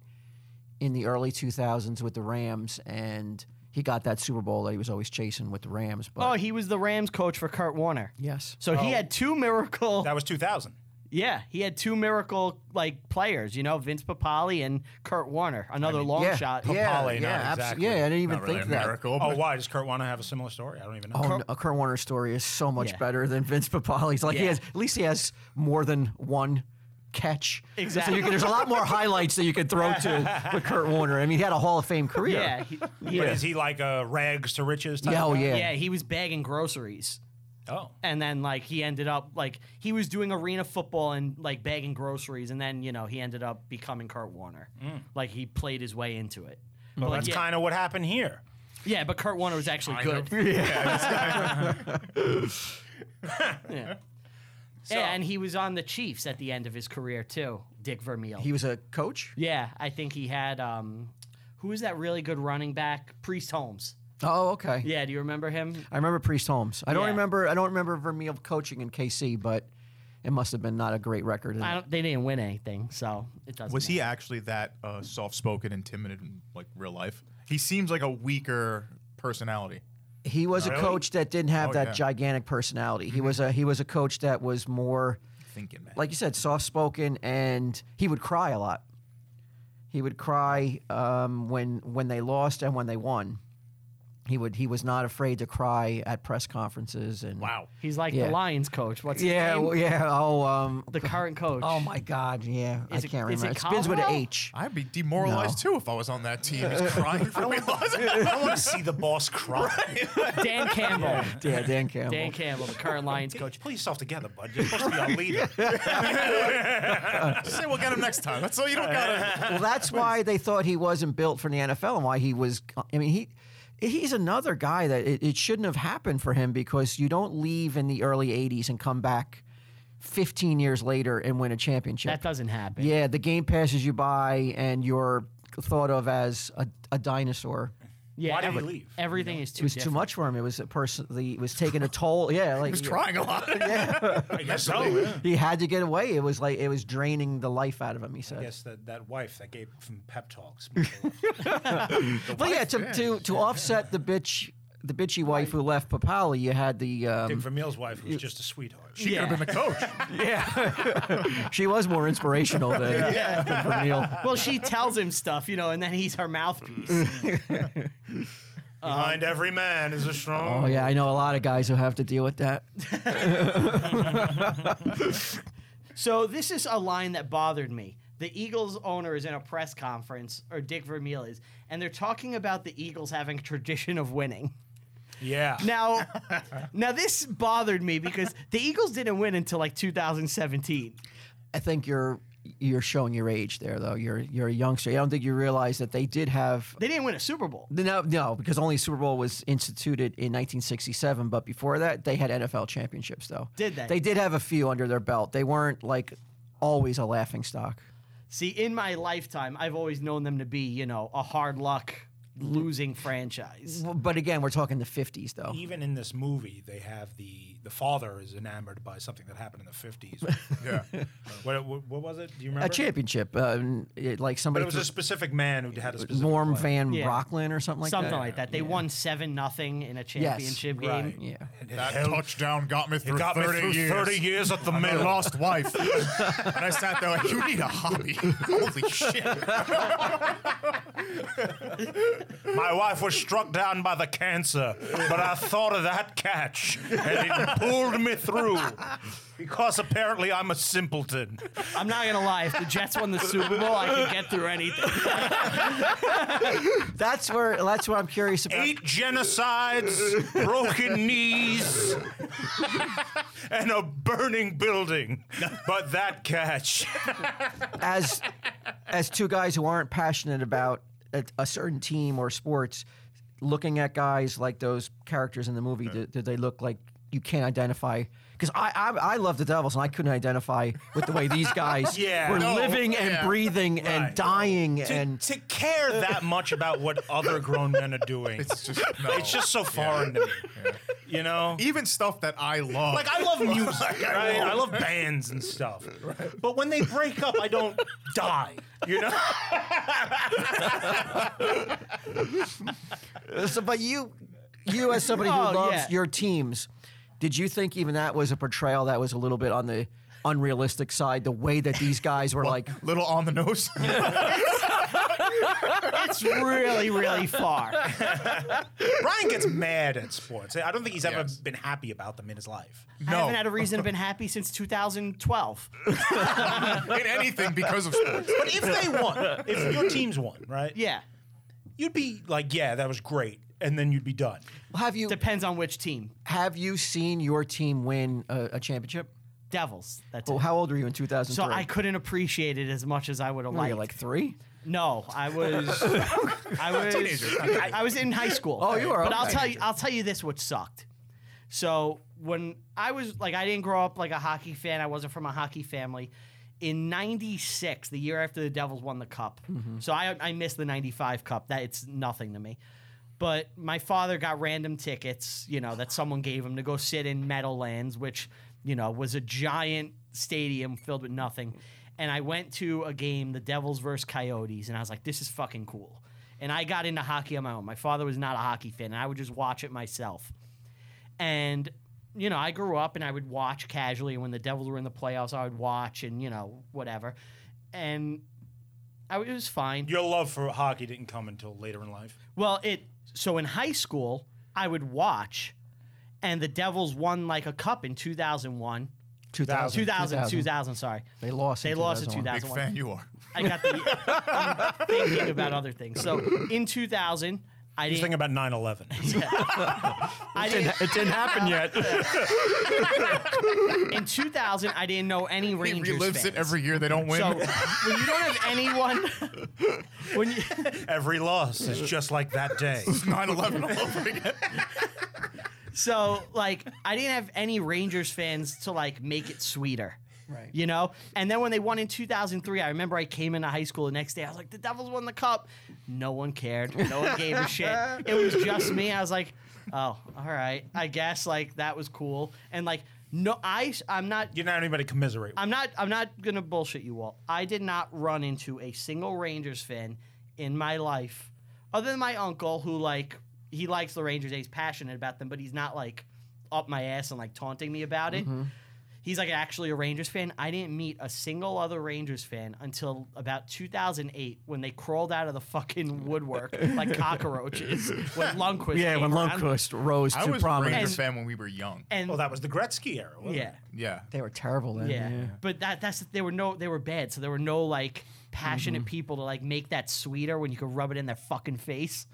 in the early 2000s with the Rams and he got that Super Bowl that he was always chasing with the Rams. But Oh, he was the Rams coach for Kurt Warner. yes, So he had two miracle. That was 2000. [LAUGHS] Yeah, he had two miracle like players, you know, Vince Papali and Kurt Warner, another long yeah, shot. yeah, Papali, not yeah, abso- exactly. yeah. I didn't even Not really think a that. miracle. Oh, but- why does Kurt want to have a similar story? I don't even know. Oh, no, Kurt Warner's story is so much Yeah. better than Vince Papali's. Like he Yeah. has, at least he has more than one catch. So Exactly. you can, there's a lot more highlights that you could throw [LAUGHS] to with Kurt Warner. I mean, he had a Hall of Fame career. Yeah, he, he- But is he like a rags to riches? Type Yeah, oh guy? yeah. yeah, he was bagging groceries. Oh, And then like he ended up like he was doing arena football and like bagging groceries and then, you know, he ended up becoming Kurt Warner. Like he played his way into it. But, like, that's yeah, kind of what happened [LAUGHS] here. yeah, but Kurt Warner was actually Kind good. of. [LAUGHS] Yeah. yeah, and he was on the Chiefs at the end of his career too, Dick Vermeil. He was a coach. yeah, I think he had um who was that really good running back? Priest Holmes. Oh, okay. Yeah, do you remember him? I remember Priest Holmes. I don't Yeah. remember. I don't remember Vermeil coaching in KC, but it must have been not a great record. I don't, they didn't win anything, so it [LAUGHS] doesn't. Was matter. he actually that uh, soft-spoken and timid in like real life? He seems like a weaker personality. He was a Really? coach that didn't have Oh, that yeah. gigantic personality. Mm-hmm. He was a he was a coach that was more Thinking man. like you said, soft spoken, and he would cry a lot. He would cry um, when when they lost and when they won. He would he was not afraid to cry at press conferences and wow. He's like Yeah. the Lions coach. What's Yeah, his name? well, yeah. Oh, um, The current coach. oh my God, yeah. Is I it- can't is remember. it It, begins with an Caldwell? [LAUGHS] H. I'd be demoralized too if I was on that team. He's crying for [LAUGHS] me. I don't want to see the boss cry. Dan Campbell. [LAUGHS] Yeah, Dan Campbell. Dan Campbell, the current Lions [LAUGHS] coach. Pull yourself together, bud. You're supposed to be our leader. [LAUGHS] Just say we'll get him next time. That's all you [LAUGHS] don't gotta. well, that's why they thought he wasn't built for the NFL and why he was. I mean, he. He's another guy that it, it shouldn't have happened for him because you don't leave in the early 80s and come back 15 years later and win a championship. That doesn't happen. yeah, the game passes you by and you're thought of as a, a dinosaur. Yeah, Why did he every- leave? Everything is It too was too different. much for him. It was a person, the, it was taking a toll. Yeah, like He's crying a lot. I guess so. yeah. he had to get away. It was like, it was draining the life out of him, he I said. guess that, that wife that gave him pep [LAUGHS] talks. But yeah, to to, to offset the bitch the bitchy wife who left Papali, you had the Dick um, Vermeil's wife who's just a sweetheart. She could have been the coach. [LAUGHS] she was more inspirational than, than Vermeil. Well, she tells him stuff, you know, and then he's her Mm. mouthpiece. Behind every man is a strong. Oh yeah, I know a lot of guys who have to deal with that. So this is a line that bothered me. The Eagles owner is in a press conference, or Dick Vermeil is, and they're talking about the Eagles having a tradition of winning. [LAUGHS] Yeah. [LAUGHS] Now, now this bothered me because the Eagles didn't win until like 2017. I think you're you're showing your age there though. You're you're a youngster. I don't think you realize that they did have They didn't win a Super Bowl. no no because only Super Bowl was instituted in 1967. But before that, they had NFL championships though. Did they? They did have a few under their belt. They weren't like always a laughing stock. See, in my lifetime, I've always known them to be, you know, a hard luck losing franchise. But again, we're talking the 50s though. Even in this movie, they have the the father is enamored by something that happened in the [LAUGHS] fifties. yeah. what, what, what was it? Do you remember? A championship, uh, it, like But somebody it was a specific man who had a specific. Norm play. Van Yeah. Rocklin or something like Something that. like that. They won seven nothing in a championship game. Right. Yeah. And it That held- touchdown got me it through, got me 30, through years. thirty years [LAUGHS] at the My mill. lost [LAUGHS] wife. and I sat there like, you need a hobby. Holy shit. My wife was struck down by the cancer, but I thought of that catch, and it pulled me [LAUGHS] through. Because apparently I'm a simpleton. I'm not gonna lie. If the Jets won the Super Bowl, I could get through anything. That's where that's what I'm curious [LAUGHS] about. Eight genocides, broken knees, and a burning building. But that catch. As as two guys who aren't passionate about a, a certain team or sports, looking at guys like those characters in the movie, do, do they look like you can't identify? Because I, I I love the Devils and I couldn't identify with the way these guys [LAUGHS] Yeah. were No, living yeah. and breathing Right. and dying To, and to care that much about what other grown men are doing, It's just, no. it's just so foreign to me. You know? Even stuff that I love. Like I love music, right? I love bands and stuff. But when they break up, I don't die. You know? So, but you, you as somebody who Oh, loves yeah. your teams, did you think even that was a portrayal that was a little bit on the unrealistic side. The way that these guys were like, little on the [LAUGHS] nose. It's really, really far. Brian gets mad at sports. I don't think he's ever Yes. been happy about them in his life. [LAUGHS] I no, haven't had a reason to been happy since 2012. in anything because of [LAUGHS] sports. But if they won, if your team's won, right? Yeah. You'd be like, yeah, that was great. And then you'd be done. have you Depends on which team. have you seen your team win a, a championship? Devils. That's Well, it. Oh, how old were you in 2003? So I couldn't appreciate it as much as I would have Were liked. you like three? No, I was, [LAUGHS] I was, I was in high school. Oh, you were, But I'll okay. tell you, I'll tell you this: what sucked. So when I was like, I didn't grow up like a hockey fan. I wasn't from a hockey family. In '96, the year after the Devils won the cup, so I I missed the '95 cup. That it's nothing to me. But my father got random tickets, you know, that someone gave him to go sit in Meadowlands, which you know was a giant stadium filled with nothing. And I went to a game, the Devils versus Coyotes, and I was like, this is fucking cool. And I got into hockey on my own. My father was not a hockey fan, and I would just watch it myself and you know i grew up and i would watch casually and when the devils were in the playoffs i would watch and you know whatever and I, it was fine Your love for hockey didn't come until later in life. well it so in high school i would watch and the devils won like a cup in 2001 2000. 2000 2000, sorry They lost. they in lost in 2001. Big 2001 fan you are. i got the I'm thinking about other things so in 2000 i He's thinking didn't, about [LAUGHS] 9 11. I didn't It didn't happen yet. in 2000 i didn't know any He rangers relives fans. it every year. They don't win. [LAUGHS] So when you don't have anyone, [LAUGHS] when you, [LAUGHS] [LAUGHS] Every loss is just like that day. [LAUGHS] 9/11 all over again. so like I didn't have any Rangers fans to like make it sweeter. Right. You know? And then when they won in 2003, I remember I came into high school the next day. I was like, the Devils won the cup. No one cared. No one gave a shit. It was just me. I was like, oh, all right. I guess like that was cool. And like, no, I, I'm not You're not anybody to commiserate. with. I'm not. I'm not gonna bullshit you all. I did not run into a single Rangers fan in my life, other than my uncle, who like he likes the Rangers. and He's passionate about them, but he's not like up my ass and like taunting me about it. He's like actually a Rangers fan. I didn't meet a single other Rangers fan until about 2008 when they crawled out of the fucking woodwork like cockroaches when Lundqvist. yeah, came when around. Lundqvist rose I to was a prominence. Rangers And- fan when we were young. and Well, Oh, that was the Gretzky era. wasn't yeah. Yeah. They were terrible then. Yeah. Yeah. But that that's they were no they were bad, so there were no like passionate people to like make that sweeter when you could rub it in their fucking face.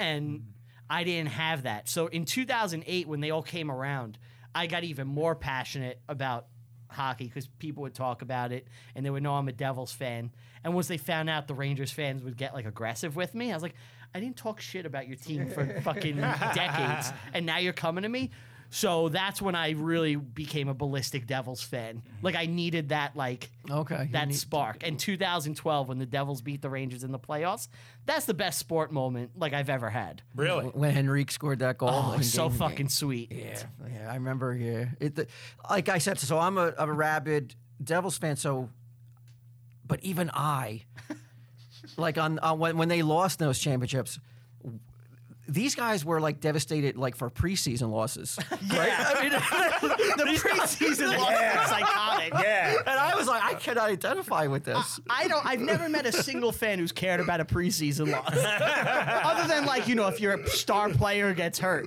And I didn't have that. So in 2008 when they all came around, I got even more passionate about hockey cuz people would talk about it and they would know I'm a Devils fan. And once they found out the Rangers fans would get like aggressive with me, I was like, I didn't talk shit about your team for [LAUGHS] fucking decades, and now you're coming to me. So that's when I really became a ballistic Devils fan. Like I needed that, like Okay, you that need- spark. And 2012, when the Devils beat the Rangers in the playoffs, that's the best sport moment like I've ever had. it? Really? When Henrique scored that goal. Oh, in so game- fucking sweet. [LAUGHS] Yeah, yeah, I remember. Yeah, it, the, like I said, so I'm a, I'm a rabid Devils fan. So, but even I, like on, on when, when they lost those championships, w- these guys were like devastated, like for preseason losses. Right? I mean, [LAUGHS] [LAUGHS] The preseason loss was psychotic. Yeah. and I was like, I cannot identify with this. I don't. I've never met a single fan who's cared about a preseason [LAUGHS] loss, other than like you know if your star player gets hurt.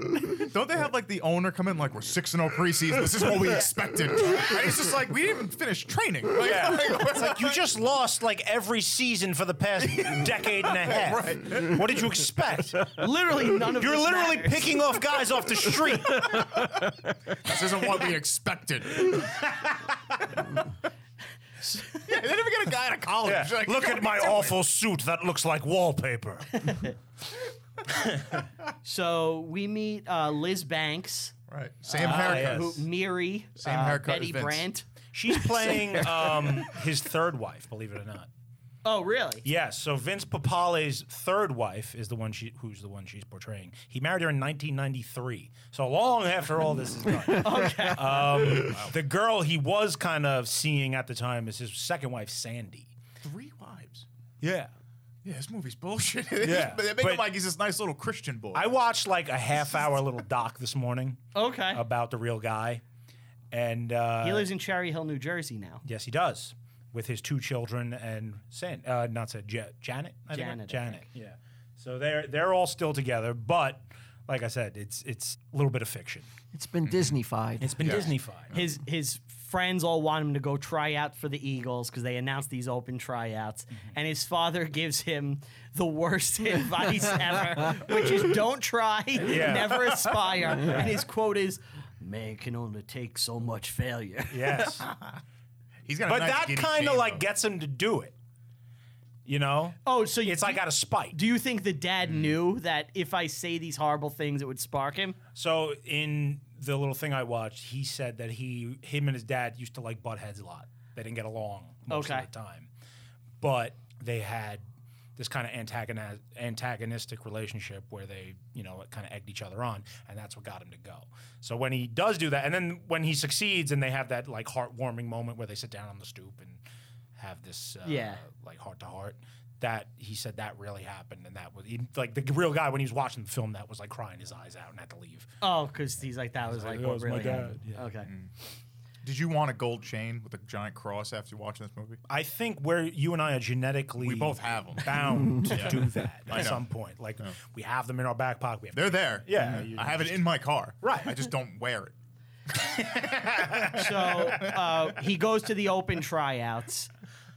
Don't they have like the owner come in like we're six and zero preseason? This is [LAUGHS] what we expected. And it's just like we didn't even finish training. Like, Yeah. [LAUGHS] like, It's like you just lost like every season for the past decade and a half. [LAUGHS] Right. What did you expect? Literally none of You're this literally matters. picking off guys off the [LAUGHS] street. this isn't what we [LAUGHS] expected. yeah, they didn't even get a guy out of college. Yeah. Like, Look at my awful suit that looks [LAUGHS] like wallpaper. So we meet uh, Liz Banks, Right. Same haircut. Ah, yes. who, Miri, Same uh, haircut as Betty Vince. Brandt. She's playing um, his third wife, believe it or not. Oh, really? Yes, so Vince Papale's third wife is the one she who's the one she's portraying. He married her in 1993, so long after all this is done. okay. Um, The girl he was kind of seeing at the time is his second wife, Sandy. Three wives. Yeah. Yeah, this movie's bullshit. [LAUGHS] Yeah, They just- but they make but- him like he's this nice little Christian boy. I watched like a half hour little doc this morning Okay. about the real guy. and uh, He lives in Cherry Hill, New Jersey now. Yes, he does. With his two children and San, uh, not San, Ja- Janet, I think? Janet, I Janet, yeah. So they're they're all still together, but like I said, it's it's a little bit of fiction. It's been Disney-fied. It's been Disneyfied. His his friends all want him to go try out for the Eagles because they announced these open tryouts, Mm-hmm. and his father [LAUGHS] gives him [LAUGHS] the worst advice ever, which is don't try, [LAUGHS] [LAUGHS] never aspire. And his quote is, "Man can only take so much failure." [LAUGHS] Yes, He's got, a but nice that giddy kind of chain, like though. gets him to do it. You know, Oh, so you, it's like out of spite. do you think the dad knew that if I say these horrible things, it would spark him? So in the little thing I watched, he said that he him and his dad used to like butt heads a lot. They didn't get along most Okay. of the time, but they had this kind of antagonist, antagonistic relationship where they, you know, kind of egged each other on, and that's what got him to go. So when he does do that, and then when he succeeds, and they have that like heartwarming moment where they sit down on the stoop and have this uh, Yeah. like heart to heart. That he said that really happened, and that was he, like the real guy when he was watching the film that was like crying his eyes out and had to leave. Oh, because he's like that was like that what was my really dad, happened. yeah. Okay. Did you want a gold chain with a giant cross after watching this movie? I think where you and I are genetically We both have them. [LAUGHS] bound to do that know. at some point. Like we have them in our back pocket. We have They're there. Mm-hmm. Yeah, you I have it in my car. Right. I just don't wear it. So uh, he goes to the open tryouts,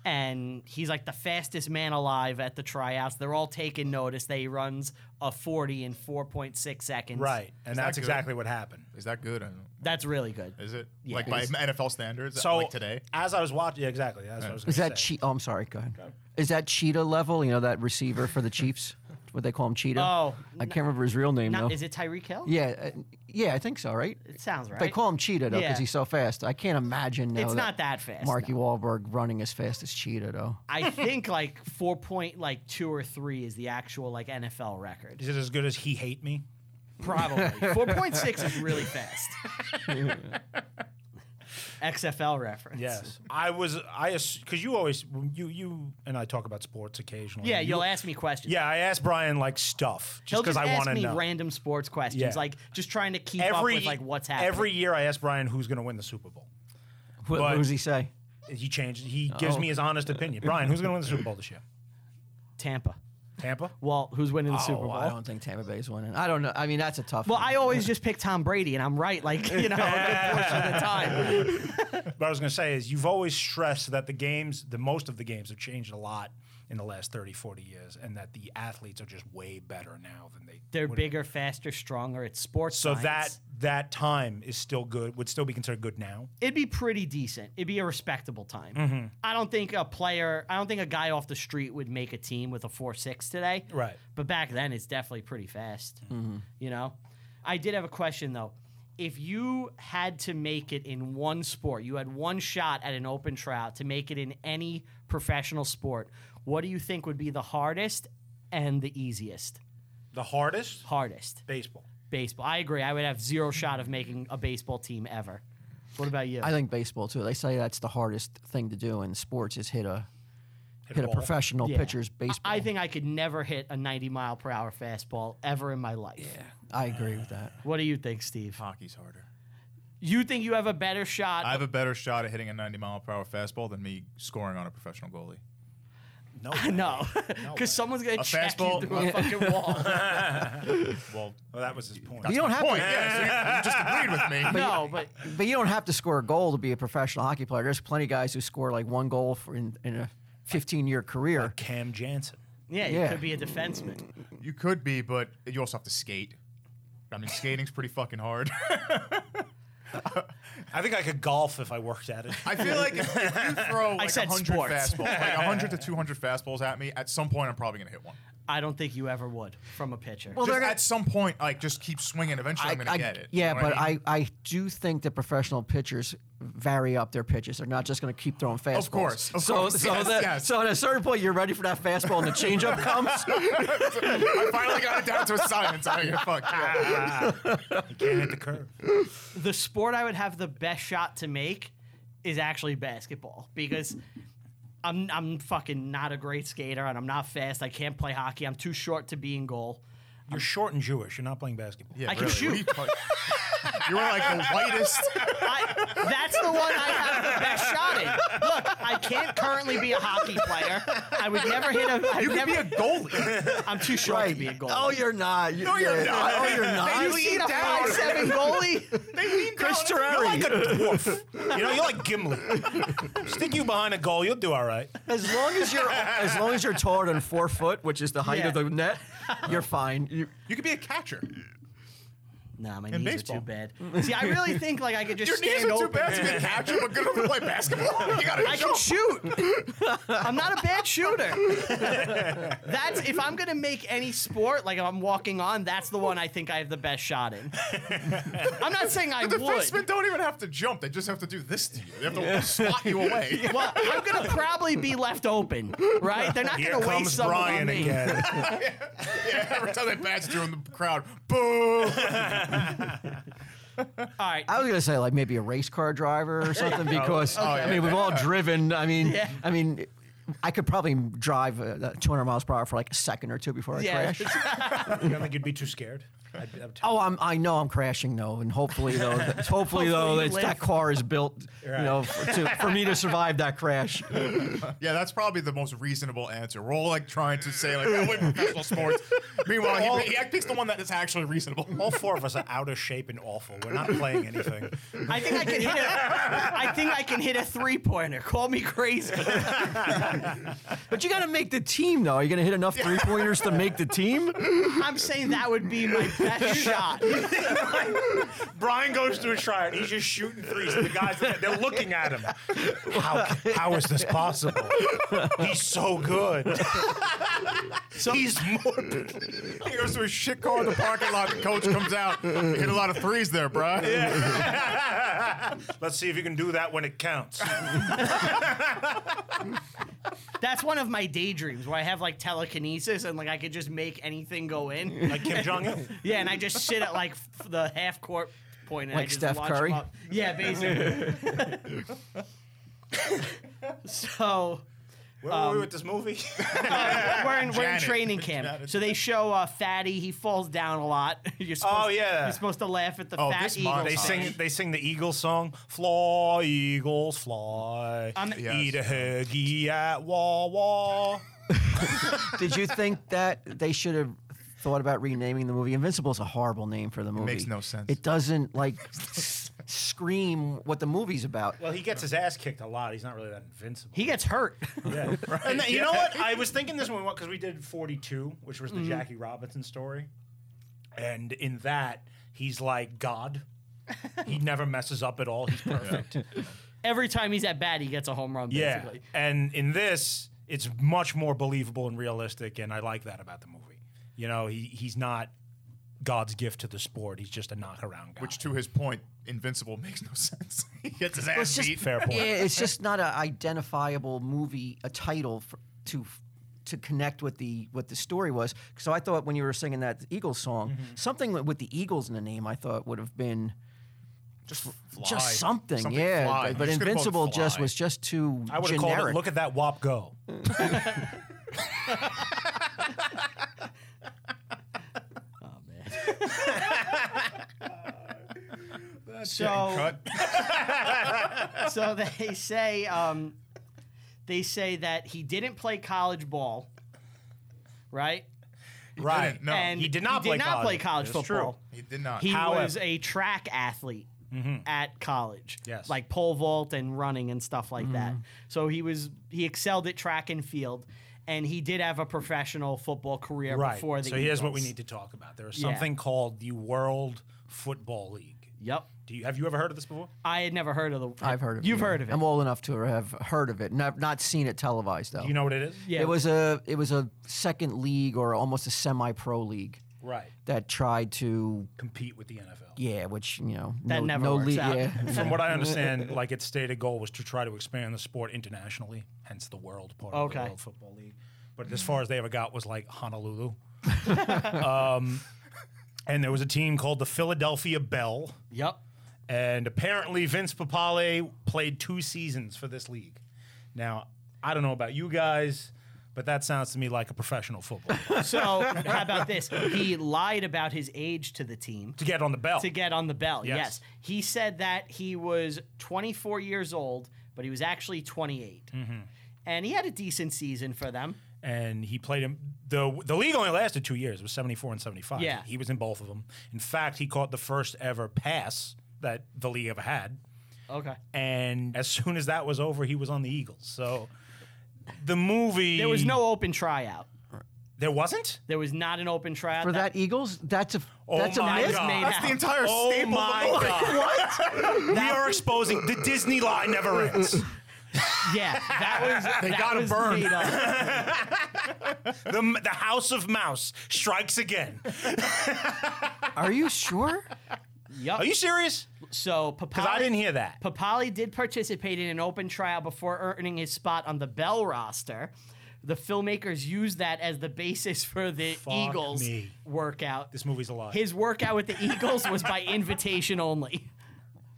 and he's like the fastest man alive at the tryouts. They're all taking notice. That he runs a forty in four point six seconds. right, and that's good? exactly what happened. Is that good? I don't know. That's really good. Is it like by NFL standards? So like today. as I was watching, yeah, exactly. That's what I was Is gonna that say. cheat? Oh, I'm sorry. Go ahead. Is that Cheetah level? You know that receiver for the Chiefs? What they call him, Cheetah? Oh, I can't remember his real name Not, though. is it Tyreek Hill? yeah, uh, yeah, I think so. Right? It sounds right. They call him Cheetah though because Yeah. he's so fast. I can't imagine. Though, It's not that fast, Marky no. Wahlberg running as fast as Cheetah though. I think like four point like two or three is the actual like NFL record. Is it as good as he hate me? [LAUGHS] Probably four point six is really fast. XFL reference. Yes, [LAUGHS] I was. I because you always you you and I talk about sports occasionally. Yeah, You- you'll ask me questions. Yeah, I asked Brian like stuff He'll just because just I want to ask me know. random sports questions, Yeah. like just trying to keep up every with like what's happening. every year, I ask Brian who's going to win the Super Bowl. Wh- What, But- does he say? He changes. He gives Oh. me his honest opinion. Brian, who's going to win the Super Bowl this year? Tampa. Tampa. Well, who's winning the Super Oh, Bowl? I don't think Tampa Bay's winning. I don't know. I mean, that's a tough. well, one. I always just pick Tom Brady, and I'm right, like you know, a good portion [LAUGHS] of the time. What I was going to say is you've always stressed that the games, the most of the games have changed a lot in the last 30, 40 years, and that the athletes are just way better now than they. They're bigger, faster, stronger. It's sports. So that science. that time is still good, would still be considered good now. it'd be pretty decent. It'd be a respectable time. I don't think a player, I don't think a guy off the street would make a team with a four six today. Right. But back then, it's definitely pretty fast. You know, I did have a question though. If you had to make it in one sport, you had one shot at an open tryout to make it in any professional sport. What do you think would be the hardest and the easiest? The hardest Hardest baseball. baseball. I agree. I would have zero shot of making a baseball team ever. What about you? I think baseball too. They say that's the hardest thing to do in sports is hit a hit, a, ball. professional Yeah. pitcher's baseball. I think I could never hit a 90 mile per hour fastball ever in my life. I agree with that. What do you think, Steve? Hockey's harder. You think you have a better shot? I have a better shot at hitting a 90 mile per hour fastball than me scoring on a professional goalie. No. [LAUGHS] [LAUGHS] no, because someone's gonna A check fastball- you through [LAUGHS] a fucking [LAUGHS] wall. Well, Well, that was his point. You don't have point. to. Yeah, so you, you just agreed with me. no, but But you don't have to score a goal to be a professional hockey player. There's plenty of guys who score like one goal for in, in a 15 year career. Cam Jansen. yeah, you Yeah. could be a defenseman. You could be, but you also have to skate. I mean, skating's pretty fucking hard. I think I could golf if I worked at it. I feel like if, if you throw like said 100 sports. fastballs, like 100 to 200 fastballs at me, at some point I'm probably gonna hit one. I don't think you ever would from a pitcher. Well, just they're gonna- at some point, like just keep swinging. Eventually, I, am gonna get it. Yeah, You know what but I, I, mean? I, do think that professional pitchers vary up their pitches. They're not just going to keep throwing fastballs. course, of so, course, So, yes, that- yes. so at a certain point, you're ready for that fastball and the [LAUGHS] changeup comes. I finally got it down to a science. I don't give a fuck. Yeah. You can't hit the curve. the sport I would have the best shot to make is actually basketball because I'm I'm fucking not a great skater and I'm not fast. I can't play hockey. I'm too short to be in goal. You're short and Jewish. You're not playing basketball. Yeah, I can really. shoot. What are you talking- You were like the whitest. I, that's the one I have the best shot at. Look, I can't currently be a hockey player. I would never hit a. I've You could never, be a goalie. I'm too short to be a goalie. Oh, you're not. no, you're not. Oh, you're not. you seen a five seven [LAUGHS] goalie? Chris You're Terrari. like a dwarf. you know, you're like [LAUGHS] Gimli. Stick you behind a goal, you'll do all right. As long as you're as long as you're taller than four foot, which is the height Yeah. of the net, [LAUGHS] you're fine. You, You could be a catcher. Nah, my In knees are baseball. too bad. See, I really think like I could just Your stand knees are too open. bad to be a catcher, but good enough to play basketball. You gotta I jump. can shoot. I'm not a bad shooter. That's if I'm gonna make any sport, like if I'm walking on, that's the one I think I have the best shot in. I'm not saying I The would. defensemen don't even have to jump. They just have to do this to you. They have to slot you [LAUGHS] away. Well, I'm gonna probably be left open, right? They're not Here gonna waste comes someone on Brian me. [LAUGHS] again. [LAUGHS] Yeah, every time they pass through in the crowd, [LAUGHS] boo! All right. I was gonna say like maybe a race car driver [LAUGHS] or Oh, something because I mean we've all driven. I mean, Yeah. I mean, I could probably drive uh, 200 miles per hour for like a second or two before I yeah. crash. I don't think you'd be too scared. I'd, I'd tell Oh, I'm, I know I'm crashing though, and [LAUGHS] hopefully though, hopefully, Hopefully though, you it's, live. that car is built, you know, for, to, for me to survive that [LAUGHS] crash. Yeah, that's probably the most reasonable answer. We're all like trying to say like that way professional sports. Meanwhile, he, he picks the one that is actually reasonable. all four of us are out of shape and awful. We're not playing anything. [LAUGHS] I think I can hit a. I think I can hit a three pointer. Call me crazy. But you got to make the team though. Are you gonna hit enough three pointers to make the team? I'm saying that would be my [LAUGHS] best shot. Brian goes to a tryout. He's just shooting threes. And the guys, they're looking at him. How, how is this possible? He's so good. He's more. He goes to a shit car in the parking lot. The coach comes out. You hit a lot of threes there, bro. Let's see if you can do that when it counts. That's one of my daydreams where I have like telekinesis and like I could just make anything go in. Like Kim Jong Un. Yeah, and I just sit at like f- the half court point and I Like just Steph launch 'em Curry? up. Yeah, basically. so Where were we with this movie? uh, we're in, we're in Janet. training camp. So they show uh, Fatty. He falls down a lot. [LAUGHS] You're supposed, [LAUGHS] Oh, yeah. You're supposed to laugh at the Oh, fat this eagle. montage. They thing. sing. They sing the Eagles song. Fly Eagles, fly. I'm- Eat a huggy at Wawa. Did you think that they should have thought about renaming the movie? Invincible is a horrible name for the movie. makes no sense. It doesn't like s- scream what the movie's about. Well, he gets his ass kicked a lot. He's not really that invincible. He gets hurt. [LAUGHS] Yeah. And then- you know what? I was thinking this one because we did 42, which was the Mm-hmm. Jackie Robinson story. And in that, he's like God. He never messes up at all. He's [LAUGHS] perfect. Every time he's at bat, he gets a home run. Yeah. Basically. And in this, it's much more believable and realistic. And I like that about the movie. You know, he, he's not God's gift to the sport. He's just a knockaround guy. Which, to his point, invincible makes no sense. [LAUGHS] he gets his ass beat. fair point. Yeah, it's just not an identifiable movie, a title for, to to connect with the what the story was. So I thought when you were singing that Eagles song, Mm-hmm. something with- with the Eagles in the name, I thought would have been Just, fly. just something. yeah, fly. but, but You should've called it Invincible just fly. was just too I would have called it generic. Look at That Wop Go. So. cut. [LAUGHS] so they say um, they say that he didn't play college ball, right? Right. No, and he did not play college. play college That's true. football. He did not. He However- Mm-hmm. was a track athlete at college, Yes. like pole vault and running and stuff like that. So he was he excelled at track and field, and he did have a professional football career Right. before the. so here's what we Eagles. need to talk about. There is Yeah. something called the World Football League. Yep, Do you have you ever heard of this before? I had never heard of the. I've heard of it. You've yeah. heard of it. I'm old enough to have heard of it, and I've not seen it televised though. Do you know what it is? Oh. yeah, It was a it was a second league or almost a semi-pro league Right. that tried to Compete with the NFL. yeah, which you know That no, never no works league, out. Yeah. [LAUGHS] From what I understand, like its stated goal was to try to expand the sport internationally, hence the world part of the Okay. World Football League. But as far as they ever got was like [LAUGHS] Honolulu. um, and there was a team called the Philadelphia Bell. yep. And apparently, Vince Papale played two seasons for this league. Now, I don't know about you guys, But that sounds to me like a professional football player. So how about this? He lied about his age to the team to get on the belt. [LAUGHS] to get on the bell. Yes. Yes. He said that he was 24 years old, but he was actually 28. Mm-hmm. And he had a decent season for them. and he played him. the The league only lasted two years. It was seventy four and seventy five. Yeah. he was in both of them. In fact, he caught the first ever pass that the league ever had. Okay. And as soon as that was over, he was on the Eagles. So the movie There was no open tryout. there wasn't. There was not an open tryout. For that Eagles, that's a Oh that's a my myth. god! made That's the entire oh staple of my [LAUGHS] god! the movie. what? we are exposing the Disney lie never ends. yeah, that [LAUGHS] was They that got him was burned. made up. the the House of Mouse strikes again. Are you sure? Yup. Are you serious? So Papali, Because I didn't hear that. Papali did participate in an open trial before earning his spot on the Bell roster. The filmmakers used that as the basis for the Fuck Eagles me. workout. This movie's a lie. His workout with the Eagles was by invitation only.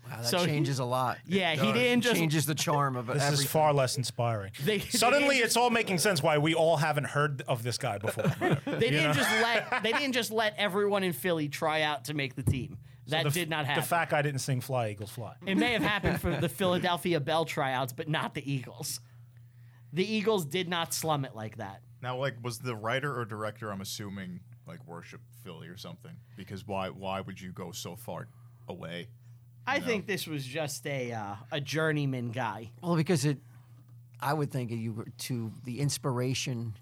Wow, [LAUGHS] that So he- changes a lot. Yeah, he didn't just changes the charm of This everything. is far less inspiring. They- Suddenly, they- it's all making sense why we all haven't heard of this guy [LAUGHS] before. they didn't just let they didn't just let everyone in Philly try out to make the team. That The f- did not happen. The fat guy didn't sing "Fly Eagles Fly." It may have happened for the Philadelphia Bell tryouts, but not the Eagles. The Eagles did not slum it like that. Now, like, was the writer or director? I'm assuming like worship Philly or something. Because why? Why would you go so far away? I think this was just a uh, a journeyman guy. well, because it, I would think you were to the inspiration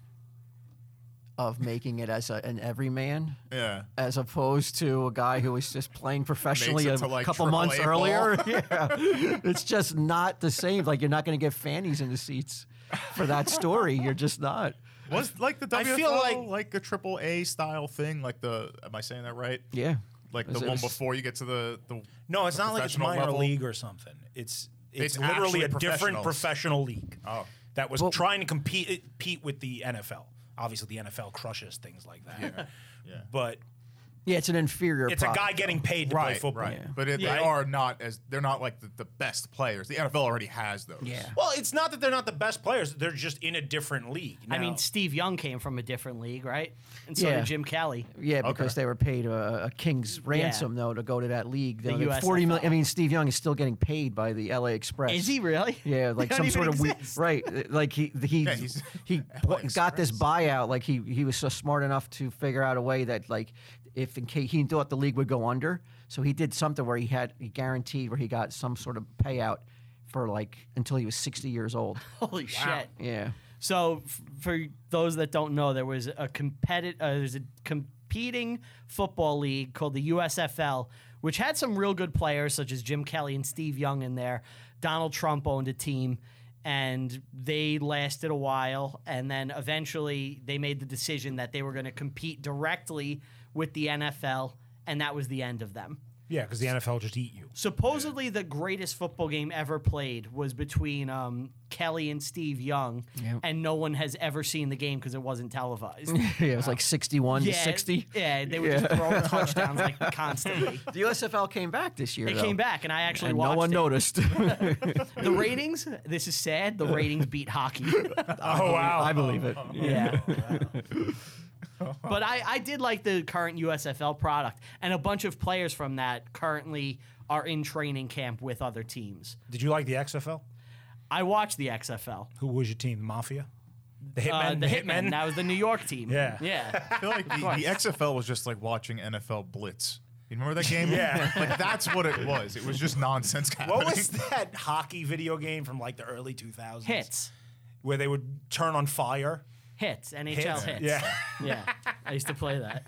of making it as a, an everyman. Yeah. As opposed to a guy who was just playing professionally Makes a it to, like, couple months AAA ball. [LAUGHS] earlier, [LAUGHS] yeah, it's just not the same. Like you're not going to get fannies in the seats for that story. You're just not. Was like the I WFL feel like, like- a triple A style thing? Like the am I saying that right? Yeah, Like Is the it- one before you get to the the No, it's not like it's professional minor level? league or something. It's it's, It's literally actually a different professionals. professional league Oh. that was trying to compete compete with the NFL. Obviously, the NFL crushes things like that. Yeah. But yeah, it's an inferior. it's a product. guy getting paid to play Right, football. right. But it, Yeah. they are not as they're not like the, the best players. The NFL already has those. Yeah. Well, it's not that they're not the best players; they're just in a different league. I mean, now. Steve Young came from a different league, right? And so Yeah. did Jim Kelly. Yeah, because they were paid a, a king's ransom though to go to that league. The Though, like, USFL. Forty million. I mean, Steve Young is still getting paid by the LA Express. Is he really? Yeah, like They [LAUGHS] some don't sort even of weird, exist. right. uh, Like he he he's- [LAUGHS] [LAUGHS] he LA bu- got this buyout. Like he he was so smart enough to figure out a way that like if in case he thought the league would go under, so he did something where he had he guaranteed where he got some sort of payout for like until he was sixty [LAUGHS] years old. Holy shit! Yeah. [LAUGHS] So, f- for those that don't know, there was a competi- uh, there's a competing football league called the USFL, which had some real good players such as Jim Kelly and Steve Young in there. Donald Trump owned a team, and they lasted a while. And then eventually, they made the decision that they were going to compete directly with the NFL, and that was the end of them. yeah, because the NFL just eat you. Supposedly, the greatest football game ever played was between um, Kelly and Steve Young, and no one has ever seen the game because it wasn't televised. [LAUGHS] Yeah, it was like sixty-one to sixty. Yeah, they were just [LAUGHS] throwing touchdowns like constantly. The USFL came back this year. It though, came back, and I actually and watched no one it. [LAUGHS] noticed. [LAUGHS] the ratings. This is sad. The ratings beat [LAUGHS] hockey. [LAUGHS] Oh wow! I believe it. yeah. but I, I did like the current USFL product, and a bunch of players from that currently are in training camp with other teams. Did you like the XFL? I watched the XFL. Who was your team? The Mafia, the Hitmen, Uh, the, Hitmen. That was the New York team. Yeah. I [LAUGHS] Yeah. feel like the, the XFL was just like watching NFL Blitz. You remember that game? Yeah. Like that's what it was. It was just nonsense. What [LAUGHS] happening. was that hockey video game from like the early 2000s? Hits. Where they would turn on fire. Hits. NHL Hits. hits. Yeah. Yeah. I used to play that.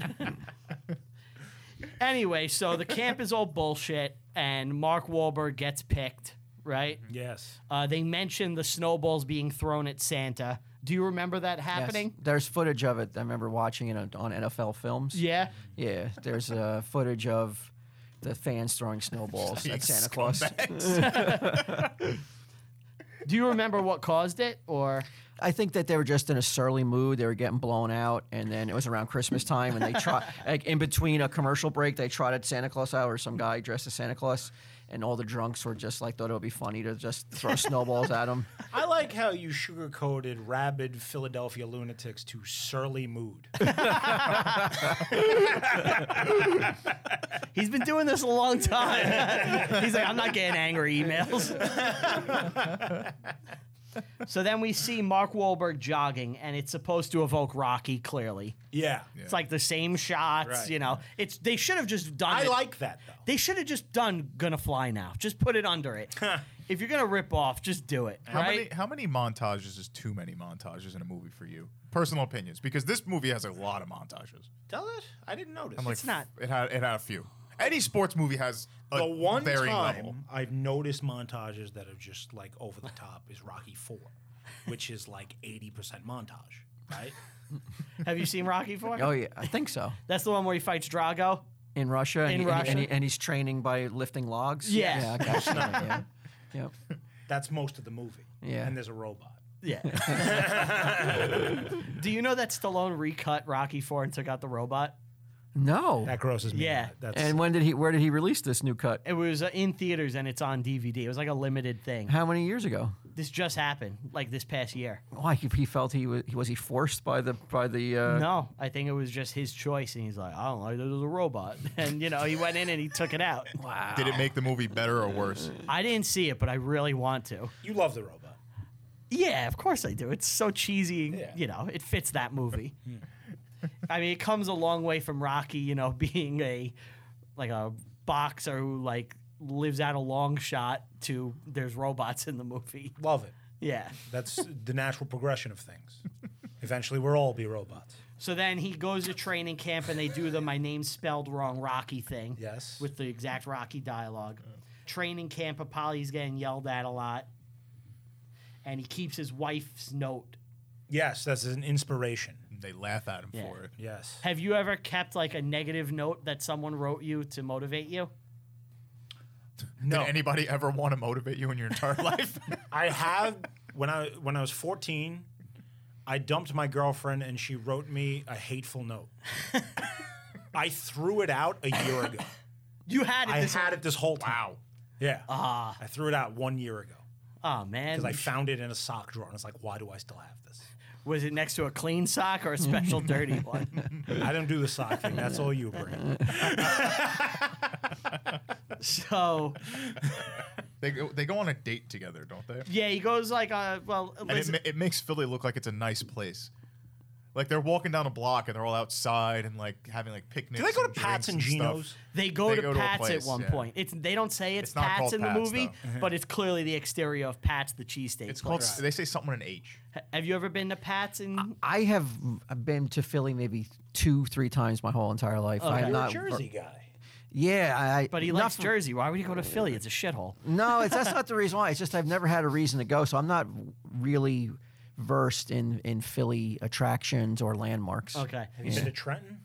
[LAUGHS] anyway, so the camp is all bullshit, and Mark Wahlberg gets picked, right? [LAUGHS] Mm. Yes. Uh, they mention the snowballs being thrown at Santa. Do you remember that Yes. happening? There's footage of it. I remember watching it on, on NFL films. Yeah. Yeah, there's uh, footage of the fans throwing snowballs at Santa Claus. Do you remember what caused it? Or [LAUGHS] I think that they were just in a surly mood. They were getting blown out, and then it was around Christmas time, [LAUGHS] and they try like in between a commercial break, they trotted Santa Claus out, or some guy dressed as Santa Claus, and all the drunks were just like thought it would be funny to just [LAUGHS] throw snowballs at him. I like how you sugarcoated rabid Philadelphia lunatics to surly mood. He's been doing this a [LAUGHS] long time. He's like, I'm not getting angry emails. so then we see Mark Wahlberg jogging, and it's supposed to evoke Rocky. Clearly, [LAUGHS] yeah. it's like the same shots. Right. You know, it's they should have just done. I it. like that though. They should have just done "Gonna Fly Now." Just put it under it. if you're gonna rip off, just do it. How right? many how many montages is too many montages in a movie for you? Personal opinions, because this movie has a lot of montages. Does it? I didn't notice. I'm like, It's not. It had it had a few. Any sports movie has a the one varying time level. I've noticed montages that are just like over the top is Rocky Four, which is like eighty percent montage, [LAUGHS] right? Have you seen Rocky Four? Oh yeah, I think so. That's the one where he fights Drago. In Russia, and, In he- and he- and, he- Russia. and he's training by lifting logs. Yeah. yeah, I [LAUGHS] got you, yeah. Yep. That's most of the movie. Yeah. And there's a robot. Yeah. [LAUGHS] Do you know that Stallone recut Rocky Four and took out the robot? No. That grosses me. Yeah. out. That's And when did he? Where did he release this new cut? It was uh, in theaters and it's on DVD. It was like a limited thing. How many years ago? This just happened, like this past year. Why Oh, he, he felt he was was he forced by the by the uh, No, I think it was just his choice, and he's like, I don't like that it was a robot, [LAUGHS] and you know he went in and he took it out. Wow. Did it make the movie better or worse? I didn't see it, but I really want to. you love the robot. Yeah, of course I do. It's so cheesy. Yeah. You know, it fits that movie. [LAUGHS] I mean, it comes a long way from Rocky, you know, [LAUGHS] being a like a boxer who like lives out a long shot to there's robots in the movie. [LAUGHS] Love it. Yeah. [LAUGHS] That's the natural progression of things. Eventually, we'll all be robots. So then he goes to training camp and they do the my name's spelled wrong Rocky thing. Yes. With the exact Rocky dialogue. Training camp, Apolly's getting yelled at a lot. And he keeps his wife's note. Yes, that's an inspiration. They laugh at him Yeah. for it. Yes. Have you ever kept like a negative note that someone wrote you to motivate you? No. Did anybody ever want to motivate you in your entire [LAUGHS] life? I have when I when I was 14, I dumped my girlfriend and she wrote me a hateful note. I threw it out a year ago. You had it. I this had it this whole time. Wow. Ah. Yeah. I threw it out one year ago Oh man, because I found it in a sock drawer and it's like, why do I still have this? [LAUGHS] was it next to a clean sock or [LAUGHS] a special dirty one? I don't do the sock thing. That's all you bring. So they go, they go on a date together, don't they? yeah, he goes like, uh, well, And it, listen- ma- it makes Philly look like it's a nice place. Like they're walking down a block and they're all outside and like having like picnics. Do they go to and drinks Pat's and stuff. Geno's? they go they to go to a Pat's at place, one yeah. point. It's they don't say it's, It's not Pat's called in the Pat's, movie, though. [LAUGHS] but it's clearly the exterior of Pat's, the cheesesteak. It's called. place. They say something with an H. Ha- Have you ever been to Pat's? In I have been to Philly maybe two, three times my whole entire life. I Okay. have You're a not. Jersey guy. Yeah, I. but he not likes for- Jersey. Why would he go to Philly? It's a shithole. No, it's, that's not the reason why. It's just I've never had a reason to go, so I'm not really versed in in Philly attractions or landmarks. Okay. Have you been to Trenton?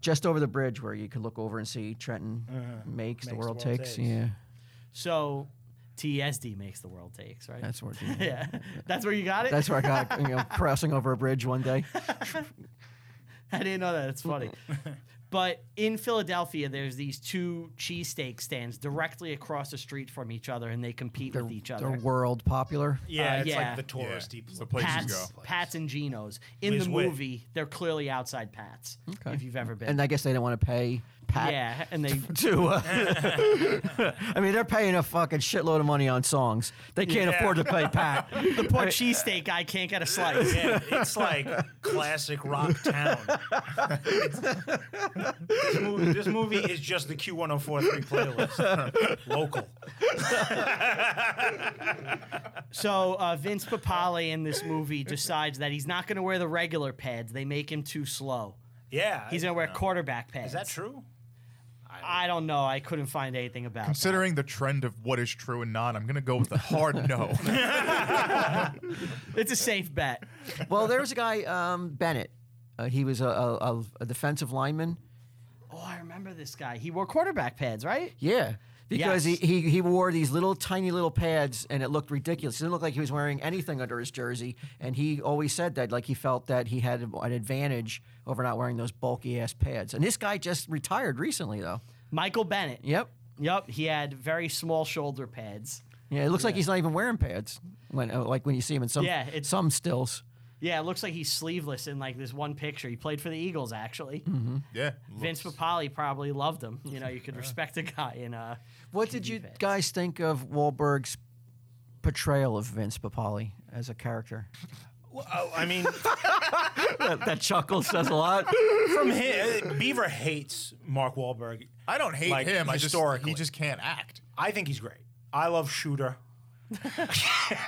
Just over the bridge where you could look over and see Trenton makes, the world, takes. Yeah, So TSD makes the world takes right. that's where. [LAUGHS] yeah, that's where you got it. That's where I got you know crossing over a bridge one day. [LAUGHS] I didn't know that. [LAUGHS] It's funny. but in Philadelphia, there's these two cheesesteak stands directly across the street from each other, and they compete with each They're other. world popular. Yeah, Uh, it's yeah. like the touristy Yeah. place. It's the place you Pat's- Pat's, go. Pat's and Geno's. In Liz the Witt. movie, they're clearly outside Pat's. Okay. If you've ever been, And I guess they didn't want to pay Pat yeah, and [LAUGHS] they to. Uh, [LAUGHS] I mean, they're paying a fucking shitload of money on songs. They can't Yeah. afford to pay Pat. [LAUGHS] the poor cheesesteak guy can't get a slice. Yeah, it's like classic rock town. this, movie, this movie is just the Q1043 playlist. Local. So uh, Vince Papale in this movie decides that he's not going to wear the regular pads. They make him too slow. Yeah. He's going to wear quarterback pads. is that true? I don't know. I couldn't find anything about. it. Considering the trend of what is true and not, I'm gonna go with a hard [LAUGHS] no. It's a safe bet. Well, there was a guy, um, Bennett. Uh, he was a, a, a defensive lineman. Oh, I remember this guy. He wore quarterback pads, right? Yeah. Because Yes. he, he, he wore these little tiny little pads and it looked ridiculous. It didn't look like he was wearing anything under his jersey. And he always said that, like, he felt that he had an advantage over not wearing those bulky ass pads. And this guy just retired recently, though. Michael Bennett. Yep. Yep, he had very small shoulder pads. Yeah, it looks like he's not even wearing pads when uh, like when you see him in some Yeah, it's- some stills. Yeah, it looks like he's sleeveless in like this one picture. He played for the Eagles actually. Yeah. Vince looks- Papali probably loved him. You know, you could respect a guy in a. What did TV you pads. guys think of Wahlberg's portrayal of Vince Papali as a character? Well, oh, I mean, that chuckle says a Uh, lot. from him, Beaver hates Mark Wahlberg. I don't hate Like, him. I just historically. Uh, he just can't act. I think he's great. I love Shooter.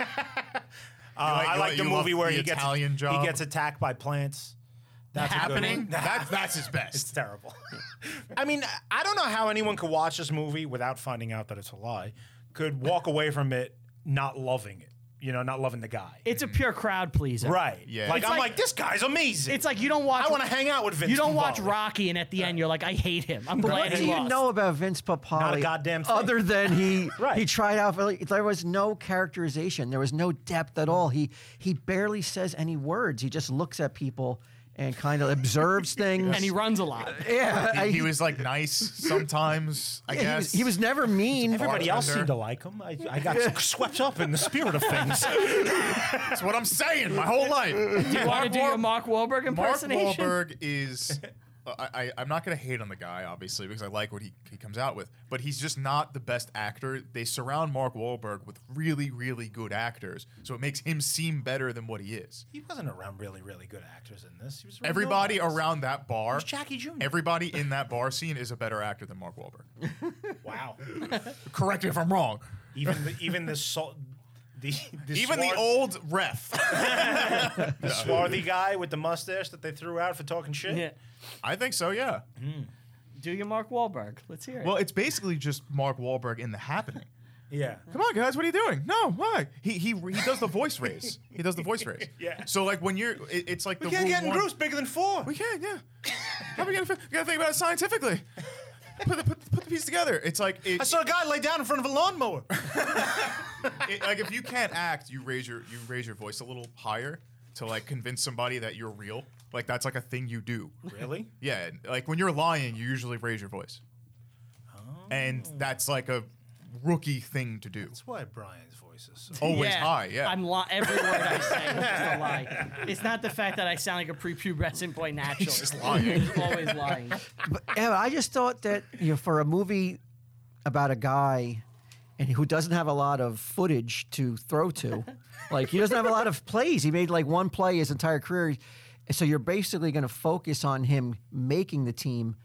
Uh, like- I you like like- the you movie love where the he gets Italian Job? he gets attacked by plants. That's a good Happening? one. [LAUGHS] That's that's his It's best. terrible. [LAUGHS] I mean, I don't know how anyone could watch this movie without finding out that it's a lie, could walk away from it not loving it, you know, not loving the guy. It's a pure crowd pleaser. right. Yeah. Like, It's I'm like, like- this guy's amazing. It's like you don't watch. I want to hang out with Vince. You don't watch Papale. Rocky, and at the end you're like, I hate him. I'm What glad do he you lost. know about Vince Papali? Not a goddamn thing. Other than he [LAUGHS] Right. he tried out. For, like, there was no characterization. There was no depth at all. He he barely says any words. He just looks at people and kind [LAUGHS] of observes things. and he runs a lot. yeah, I- He, he was [LAUGHS] like nice sometimes. I yeah, he, was, guess he [LAUGHS] was never mean. Everybody else bartender. seemed to like him. I, I got [LAUGHS] swept up in the spirit of things. That's what I'm saying. My whole life. Do you want to do your Mark Wahlberg Mark impersonation? Wahlberg is. uh, I, I, I'm not going to hate on the guy, obviously, because I like what he, he comes out with, but he's just not the best actor. They surround Mark Wahlberg with really, really good actors, so it makes him seem better than what he is. he wasn't around really, really good actors in this. He was around Everybody nobodies. around that It bar, was Jackie Jr. everybody in that bar scene is a better actor than Mark Wahlberg. wow. Correct me if I'm wrong. Even the, even the salt. The, the [LAUGHS] Even the swart- old ref. [LAUGHS] the swarthy guy with the mustache that they threw out for talking shit. Yeah. I think so, yeah. Do your Mark Wahlberg. Let's hear it. Well, it's basically just Mark Wahlberg in the happening. Yeah. Come on, guys, what are you doing? No, why? He he he does the voice raise. He does the voice raise. [LAUGHS] Yeah. So like when you're, it- it's like We the can't rule get in one- groups bigger than four. We can't. Yeah. How are we gonna? fi- We gotta think about it scientifically. Put the, put, the- put the piece together. It's like it, I saw a guy lay down in front of a lawnmower. it- like if you can't act, you raise your you raise your voice a little higher to like convince somebody that you're real. Like that's like a thing you do. [LAUGHS] Really? Yeah. Like when you're lying, you usually raise your voice. And Oh. that's like a rookie thing to do. That's why Brian's voice is so. Always high. Yeah. I'm li- every word I say is [LAUGHS] just a lie. It's not the fact that I sound like a prepubescent boy naturally. He's just lying. always lying. But, yeah, I just thought that you know, for a movie about a guy and who doesn't have a lot of footage to throw [LAUGHS] to, like he doesn't have a lot of plays. He made like one play his entire career, so you're basically going to focus on him making the team.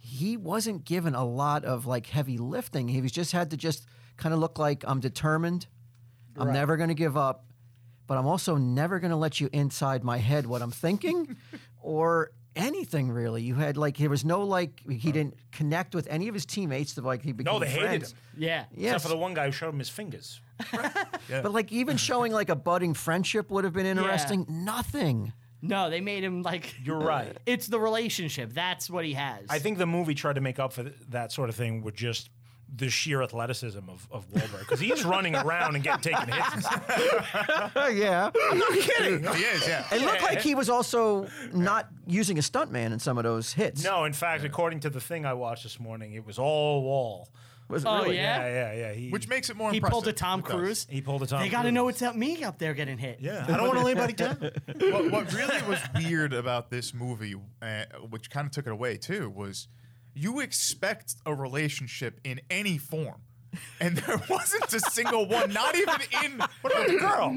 He wasn't given a lot of like heavy lifting. He was just had to just kind of look like I'm determined. I'm never going to give up, but I'm also never going to let you inside my head what [LAUGHS] I'm thinking or anything really. You had like there was no like he didn't connect with any of his teammates to like he became No, Oh, they hated friends. him. Yeah. Yes. Except for the one guy who showed him his fingers. But like even showing like a budding friendship would have been interesting. [LAUGHS] Nothing. No, they made him like. You're right. It's the relationship. That's what he has. I think the movie tried to make up for th- that sort of thing with just the sheer athleticism of, of Wahlberg because he's running around and getting taken hits. and stuff. yeah. he is. Yeah. It looked like he was also not using a stuntman in some of those hits. No, in fact, according to the thing I watched this morning, it was all wall. Was it Oh, really? yeah? Yeah, yeah, yeah. He, Which makes it more he impressive. pulled a Tom It does. Cruise. he pulled a Tom. They got to Cruise. know it's not me up there getting hit. Yeah, I don't want to lay anybody down. what, [LAUGHS] what really was weird about this movie, uh, which kind of took it away too, was you expect a relationship in any form. And there [LAUGHS] wasn't a single one, not even in What about the girl?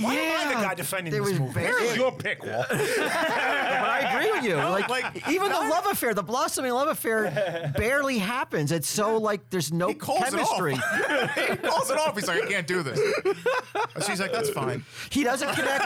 [LAUGHS] Why am I the guy defending There this was movie? barely- This is your pick, Walt. But I [LAUGHS] agree with you. like, like, even the love affair, the blossoming [LAUGHS] love affair, barely happens. It's so like there's no He calls chemistry. it off. [LAUGHS] he calls it off. He's like, I can't do this. And she's like, that's fine. He doesn't [LAUGHS] connect.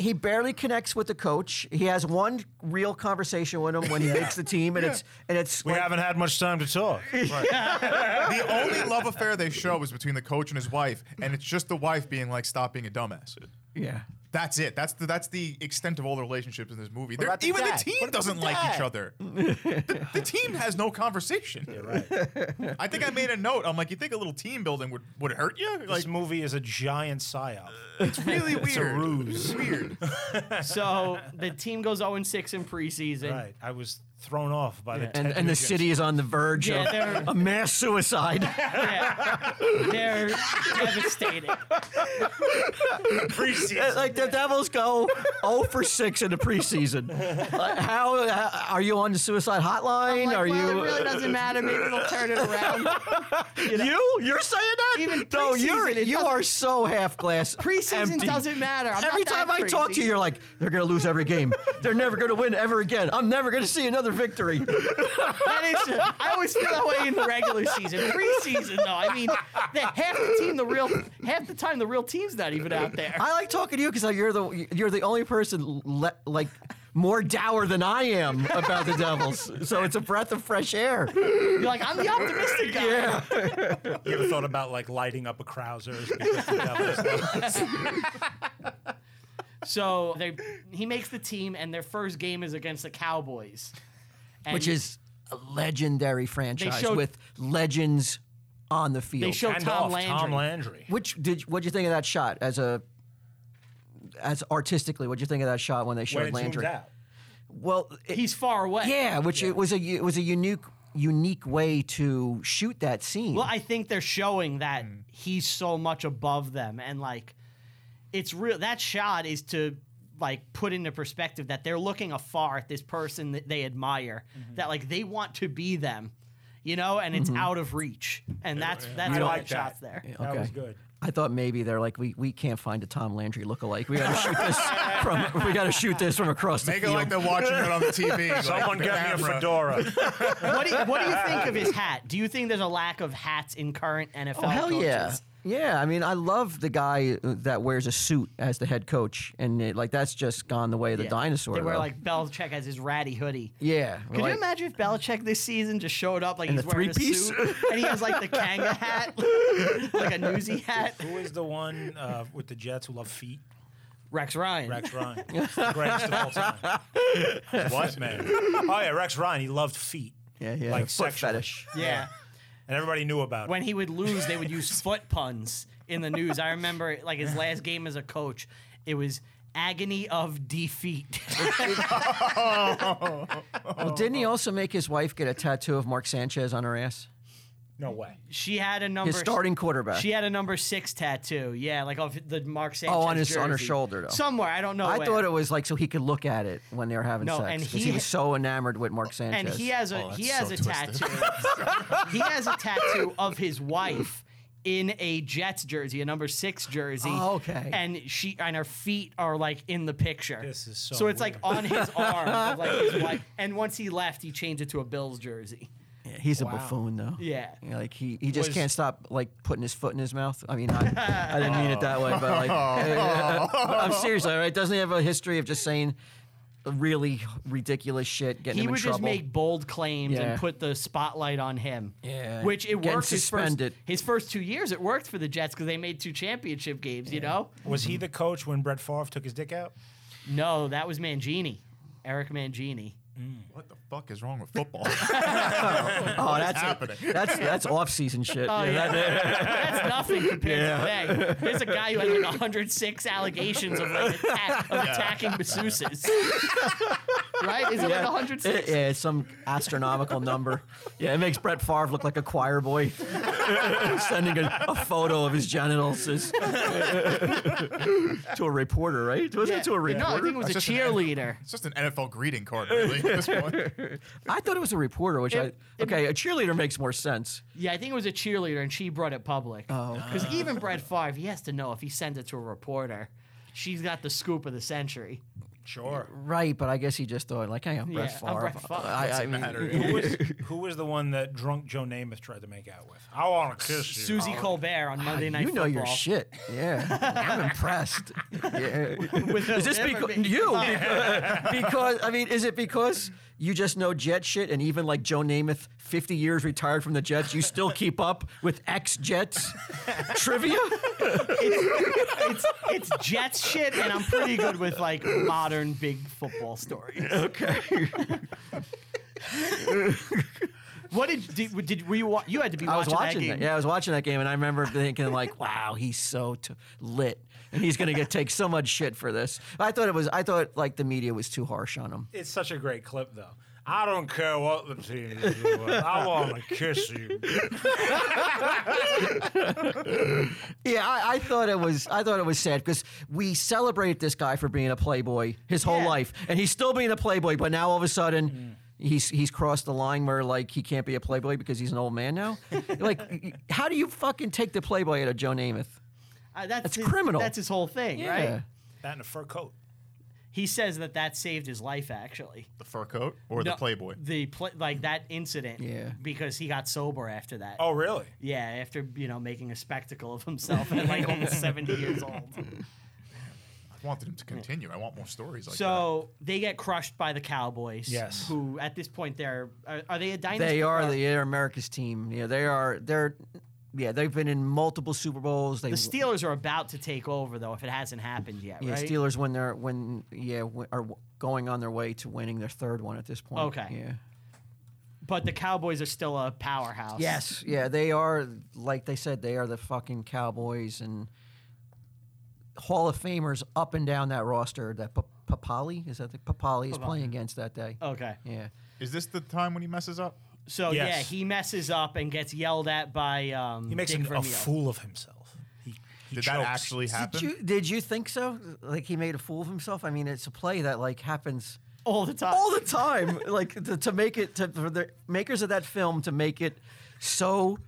he barely connects with the coach. He has one real conversation with him when he makes the team, and it's and it's We like, haven't had much time to [LAUGHS] talk. The only love affair they show is between the coach and his wife, and it's just the wife being like, stop being a dumbass. yeah. That's it. That's the that's the extent of all the relationships in this movie. They're- about the even dad? the team What about doesn't the like each dad? other. the, the team has no conversation. I think I made a note. I'm like, you think a little team building would would hurt you? Like, This movie is a giant psyop. it's really weird. It's a ruse. It's weird. So the team goes 0 6 oh in preseason. Right. I was thrown off by the and, Ted and the Nugents. city is on the verge Yeah, of they're- a [LAUGHS] mass suicide. Yeah. [LAUGHS] They're devastated. preseason. like the Devils go 0 for 6 in the [LAUGHS] preseason. Like, how, how- are you on the suicide hotline? I'm like, are well, you It really doesn't matter. Maybe they'll turn it around. you you're saying that? Even no, you're preseason, it you doesn't- are so half glass. [LAUGHS] Preseason empty. doesn't matter. I'm not every that time I talk to crazy. you, you're like, they're gonna lose every game. they're never gonna win ever again. I'm never gonna see another victory. That is true. I always feel that way in the regular season. Preseason, though, I mean, the, half the team, the real, half the time, the real team's not even out there. I like talking to you because you're the you're the only person le- like more dour than I am about the Devils. So it's a breath of fresh air. You're like, I'm the optimistic guy. You ever thought about like lighting up a Krausers? because the Devils lost? So they, he makes the team, and their first game is against the Cowboys, And which is a legendary franchise showed- with legends on the field. they show and Tom off Landry. Tom Landry. Which did what would you think of that shot as a as artistically? What would you think of that shot when they When showed it Landry? zooms out. Well, it- He's far away. yeah, which it was a it was a unique unique way to shoot that scene. Well, I think they're showing that he's so much above them, and like, it's real. That shot is to like put into perspective that they're looking afar at this person that they admire, that like they want to be them, you know, and it's Mm-hmm. out of reach, and that's that's I why like that that. shot's there. That Okay. was good. I thought maybe they're like we, we can't find a Tom Landry lookalike. We gotta shoot [LAUGHS] this from we gotta shoot this from across Make it the field. like they're watching it on the TV. [LAUGHS] like Someone the get me a camera. fedora. What do, you, what do you think of his hat? Do you think there's a lack of hats in current NFL? Oh, hell coaches? yeah. Yeah, I mean, I love the guy uh, that wears a suit as the head coach, and it, like that's just gone the way of the Yeah. dinosaur. They wear though. like Belichick has his ratty hoodie. yeah, Could like- you imagine if Belichick this season just showed up like In he's the wearing three-piece? a suit and he has like the Kanga [LAUGHS] hat, like a newsy hat? Who is the one uh, with the Jets who love feet? Rex Ryan. Rex Ryan. He's the greatest of all time. what man? Oh yeah, Rex Ryan. He loved feet. Yeah, yeah, Like the foot sexually. [LAUGHS] fetish. Yeah. and everybody knew about it. When he would lose, they would use foot puns in the news. I remember like his last game as a coach, it was agony of defeat. [LAUGHS] Oh, Well, didn't he also make his wife get a tattoo of Mark Sanchez on her ass? No way. she had a number His starting quarterback. She had a number six tattoo. Yeah, like of the Mark Sanchez. Oh, on his- on her jersey. shoulder, though. Somewhere. I don't know. I where. thought it was like so he could look at it when they were having No, sex and 'cause he- he, was so enamored with Mark Sanchez. and he has a Oh, he has that's a so tattoo. twisted. he has a tattoo of his wife in a Jets jersey, a number six jersey. Oh, okay. And she and her feet are like in the picture. This is so it's like on his arm, of, like [LAUGHS] his wife. And once he left, he changed it to a Bills jersey. He's a buffoon though. Yeah. Yeah, Like he, he just Was- can't stop like putting his foot in his mouth. I mean, I, I didn't mean it that way, [LAUGHS] but like I'm seriously, all right? Doesn't he have a history of just saying really ridiculous shit, getting He him in would trouble? just make bold claims Yeah. and put the spotlight on him. Yeah. Which it Getting worked his first, suspended. his first two years. It worked for the Jets because they made two championship games, you know? Was he the coach when Brett Favre took his dick out? No, that was Mangini, Eric Mangini. What the fuck is wrong with football? oh, that's happening? that's that's off season shit. Oh, Yeah, yeah. that- That's nothing compared to today. There's a guy who had like 106 allegations of, like, attack, of attacking [LAUGHS] masseuses. right? Is it like 106? [LAUGHS] it- yeah, it's some astronomical number. Yeah, it makes Brett Favre look like a choir boy, [LAUGHS] sending a, a photo of his genitals [LAUGHS] is- to a reporter, right? Was Yeah. it to a No, I reporter? think it was That's a just an animal. cheerleader. it's just an NFL greeting card, really, at this point. I thought it was a reporter, which It- I okay. a cheerleader makes more sense. Yeah, I think it was a cheerleader, and she brought it public. Oh, because even Brett Favre, he has to know if he sends it to a reporter, she's got the scoop of the century. Sure. Right, but I guess he just thought like, "Hey, I'm Brett Yeah, I'm Favre." Brett Favre. I- I mean, who, [LAUGHS] was, who was the one that drunk Joe Namath tried to make out with? I want to kiss you. Susie Colbert on [LAUGHS] Monday Night Oh. you know Football. your shit. Yeah, [LAUGHS] I'm impressed. Yeah. With Is this whoever because made- you? [LAUGHS] because I mean, is it because you just know Jet shit, and even like Joe Namath, 50 years retired from the Jets, you still keep up with ex Jets [LAUGHS] trivia? it's, it's Jets shit, and I'm pretty good with like modern big football stories. Okay. What did did, did were you wa- you had to be I was watching, watching that that. game? Yeah, I was watching that game, and I remember thinking like, [LAUGHS] "Wow, he's so t- lit, and he's gonna get take so much shit for this." I thought it was. I thought like the media was too harsh on him. It's such a great clip, though. I don't care what the team is doing. I [LAUGHS] want to kiss you. Yeah, I, I thought it was. I thought it was sad because we celebrate this guy for being a playboy his whole Yeah. life, and he's still being a playboy. But now all of a sudden, he's he's crossed the line where like he can't be a playboy because he's an old man now. [LAUGHS] like, how do you fucking take the playboy out of Joe Namath? Uh, that's That's his- criminal. That's his whole thing, Yeah. right? That and a fur coat. He says that that saved his life, actually. The fur coat or the No, Playboy? The pla like that incident. Yeah. Because he got sober after that. Oh, really? Yeah, after you know making a spectacle of himself at [LAUGHS] like almost seventy years old. I wanted him to continue. I want more stories like So they get crushed by the Cowboys. Yes. Who at this point they're are, are they a dynasty? They are or- the Air America's team. Yeah, they are. They're. Yeah, they've been in multiple Super Bowls. They The Steelers are about to take over though if it hasn't happened yet, Yeah, right? Steelers when they're when yeah w- are w- going on their way to winning their third one at this point. Okay. Yeah. But the Cowboys are still a powerhouse. Yes. Yeah, they are like they said they are the fucking Cowboys and Hall of Famers up and down that roster. That P- Papali is that the Papali is playing against that day. Okay. Yeah. that. Is this the time when he messes up? So yeah, Yes. he messes up and gets yelled at by um He makes Dick an, a Vermeil. fool of himself. He, he Did that chokes. actually happen? Did you did you think so? Like he made a fool of himself. I mean, it's a play that like happens all the time. all the time. like to, to make it to for the makers of that film to make it so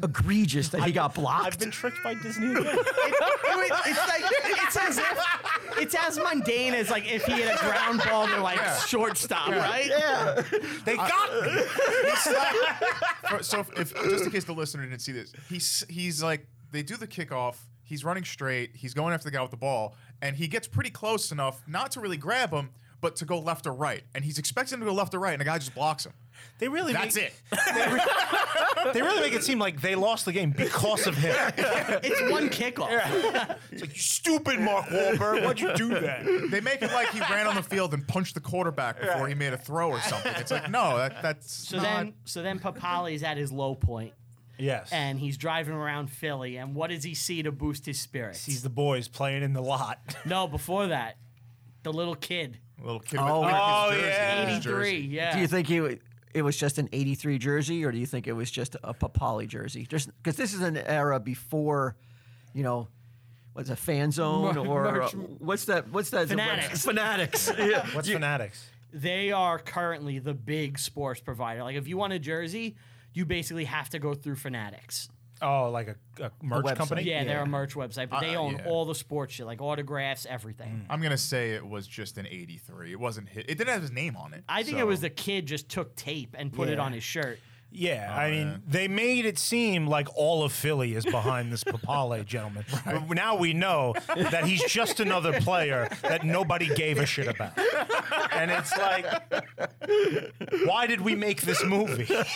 egregious that he got blocked. I've been tricked by [LAUGHS] Disney again. It- it's like it's as if it's as mundane as like if he had a ground ball to like shortstop, right? they got me. For- so if, just in case the listener didn't see this, he's he's like they do the kickoff. He's running straight. He's going after the guy with the ball, and he gets pretty close enough not to really grab him, but to go left or right. And he's expecting him to go left or right, and the guy just blocks him. They really That's make, it. They, re- [LAUGHS] they really make it seem like they lost the game because of him. It's one kickoff. [LAUGHS] It's like you stupid Mark Wahlberg. Why'd you do that? They make it like he ran on the field and punched the quarterback before he made a throw or something. It's like no, that, that's So not- then so then Papali's at his low point Yes. and he's driving around Philly and what does he see to boost his spirits? sees the boys playing in the lot. no, before that, the little kid. little kid. Oh, with, oh, his jersey, yeah. his 83, jersey. yeah. Do you think he, wa- it was just an 83 jersey or do you think it was just a Papali jersey? Just because this is an era before, you know, what's a fan zone or uh, what's that? What's that? Fanatics. Fanatics. yeah. What's fanatics? they are currently the big sports provider. Like if you want a jersey, you basically have to go through Fanatics. Oh, like a, a merch website. company. Yeah, they're Yeah. a merch website, but they Uh, own yeah. Mm. all the sports shit, like autographs, everything. I'm gonna say it was just an '83. It wasn't hit. It didn't have his name on it. I think so- it was the kid just took tape and put it Yeah. on his shirt. Yeah, I mean, they made it seem like all of Philly is behind this Papale [LAUGHS] gentleman. But now we know that he's just another player that nobody gave a shit about. And it's like, why did we make this movie? [LAUGHS] what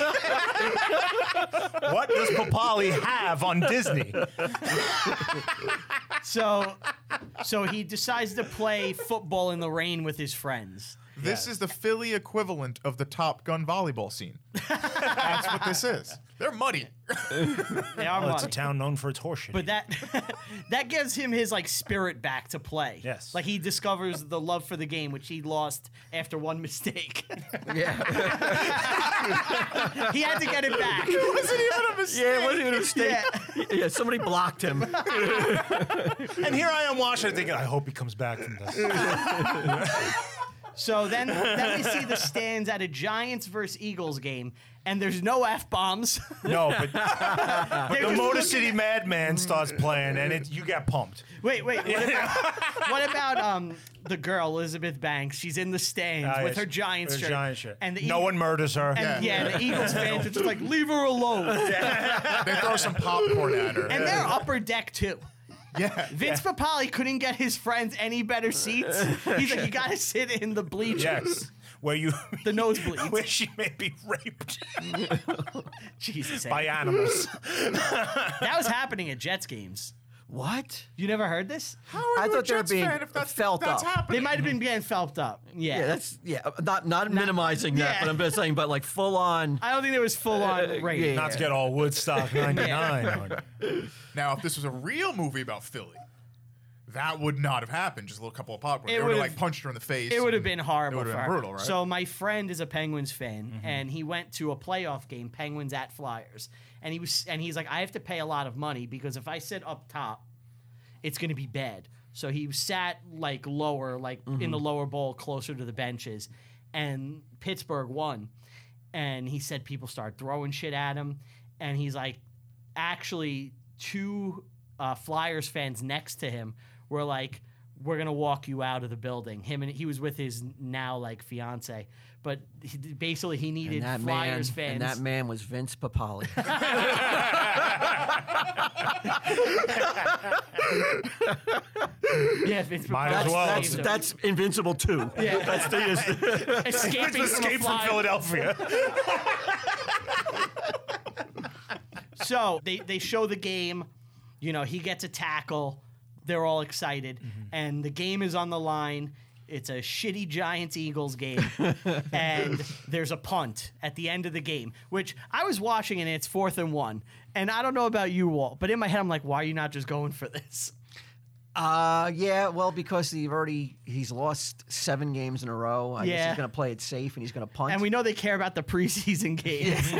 does Papale have on Disney? So, so he decides to play football in the rain with his friends. This is the Philly equivalent of the Top Gun volleyball scene. That's what this is. They're muddy. They are Well, it's a muddy. town known for its horseshit. [LAUGHS] but that that gives him his like spirit back to play. Yes. like he discovers the love for the game, which he lost after one mistake. [LAUGHS] [LAUGHS] Yeah. he had to get it [LAUGHS] back. yeah. It wasn't even a mistake. Yeah. Somebody blocked [LAUGHS] him. and here I am watching it thinking, I hope he comes back from this. So then, then we see the stands at a Giants versus Eagles game, and there's no f bombs. No, but, but the Motor City Madman starts playing and it, you get pumped. [LAUGHS] Wait, wait. What about, what about um, the girl Elizabeth Banks? She's in the stands Ah, with yes, her Giants her shirt. Giants shirt. And the no Eag- one murders her. And yeah, the Eagles fans are just like, leave her alone. They throw some popcorn at her. And they're upper deck too. [LAUGHS] yeah. Vince Papali couldn't get his friends any better seats. He's like, [LAUGHS] you gotta sit in the bleachers, Yes. Where you [LAUGHS] the nosebleeds. where she may be raped Jesus, by Andy. animals. that was happening at Jets games. What? You never heard this? How are I you a thought they were Jets being fan if that's, felt that's up. They happening? might have been getting felped up. Yeah. Yeah. That's yeah. Not not minimizing that, yeah. but I'm just saying, but like full on. I don't think there was full on rape. yeah. Not to get all Woodstock 99 on. Now, if this was a real movie about Philly, that would not have happened. Just a little couple of popcorn. It They would have would've- like punched her in the face. It would have and been horrible. It would have for been her. brutal, right? Mm-hmm. So my friend is a Penguins fan, and he went to a playoff game, Penguins at Flyers, and he was and he's like, I have to pay a lot of money because if I sit up top, it's going to be bad. So he sat like lower, like in Mm-hmm. the lower bowl, closer to the benches, and Pittsburgh won. And he said people started throwing shit at him, and he's like, actually, two uh, Flyers fans next to him were like, "We're gonna walk you out of the building." Him and he was with his now like fiance, but he, basically he needed And that man, Flyers fans. and that man was Vince Papali. [LAUGHS] yeah, Vince Might as Papale well. saved That's- him. Invincible too. [LAUGHS] That's [LAUGHS] escaping Escape from, from Philadelphia. Philadelphia. so they, they show the game. You know, he gets a tackle. They're all excited. And the game is on the line. It's a shitty Giants Eagles game. and there's a punt at the end of the game, which I was watching and it's fourth and one. And I don't know about you, Walt, but in my head, I'm like, why are you not just going for this? [LAUGHS] Uh, yeah, well, because he already he's lost seven games in a row. I guess Yeah. he's going to play it safe and he's going to punt. And we know they care about the preseason games.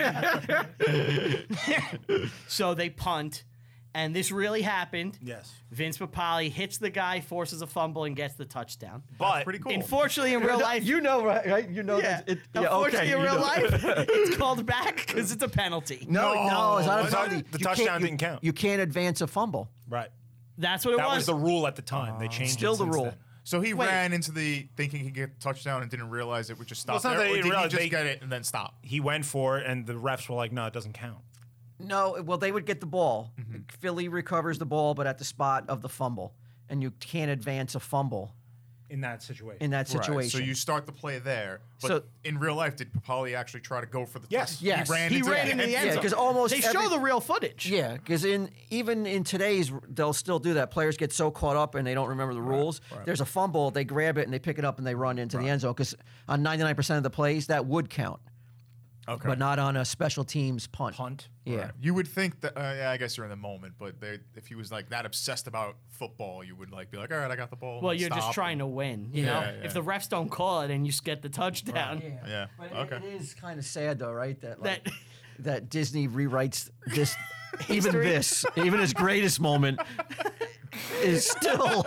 [LAUGHS] so they punt. And this really happened. Yes. Vince Papali hits the guy, forces a fumble, and gets the touchdown. But pretty cool. Unfortunately, [LAUGHS] in real life, You know, right? right? You know yeah. that. It, yeah, Unfortunately, okay, in you real know. life, it's called back because it's a penalty. no, no, No, it's not it's a not- penalty. the You can't- touchdown you- didn't count. You can't advance a fumble. Right. That's what it That was was. the rule at Ah. the time. They changed Still it the since rule. then. So he Wait. ran into the thinking he'd get a touchdown and didn't realize it would just Well, stop it's not there. that he or didn't realize, did he just they- get it and then stop? He went for it, and the refs were like, "No, it doesn't count." No, well, they would get the ball. Philly recovers the ball, but at the spot of the fumble, and you can't advance a fumble In that situation. in that Right, situation. So you start the play there. But So- in real life, did Papali actually try to go for the Yes. touchdown? Yes. He ran he into ran the into the end end Yeah, zone. because almost they every- show the real footage. Yeah, because in even in today's, they'll still do that. Players get so caught up and they don't remember the rules. There's a fumble, they grab it and they pick it up and they run into the end zone. Because on 99% of the plays, that would count, Okay. but not on a special teams punt. Punt. Yeah. You would think that. Uh, yeah, I guess you're in the moment, but they, if he was like that obsessed about football, you would like be like, all right, I got the ball. Well, you're just trying to win. You know, Yeah, yeah. if the refs don't call it and you just get the touchdown, Yeah. But Okay. it is kind of sad, though, right? That like, That- that, [LAUGHS] Disney rewrites [LAUGHS] this, even History. this, even his greatest [LAUGHS] moment is still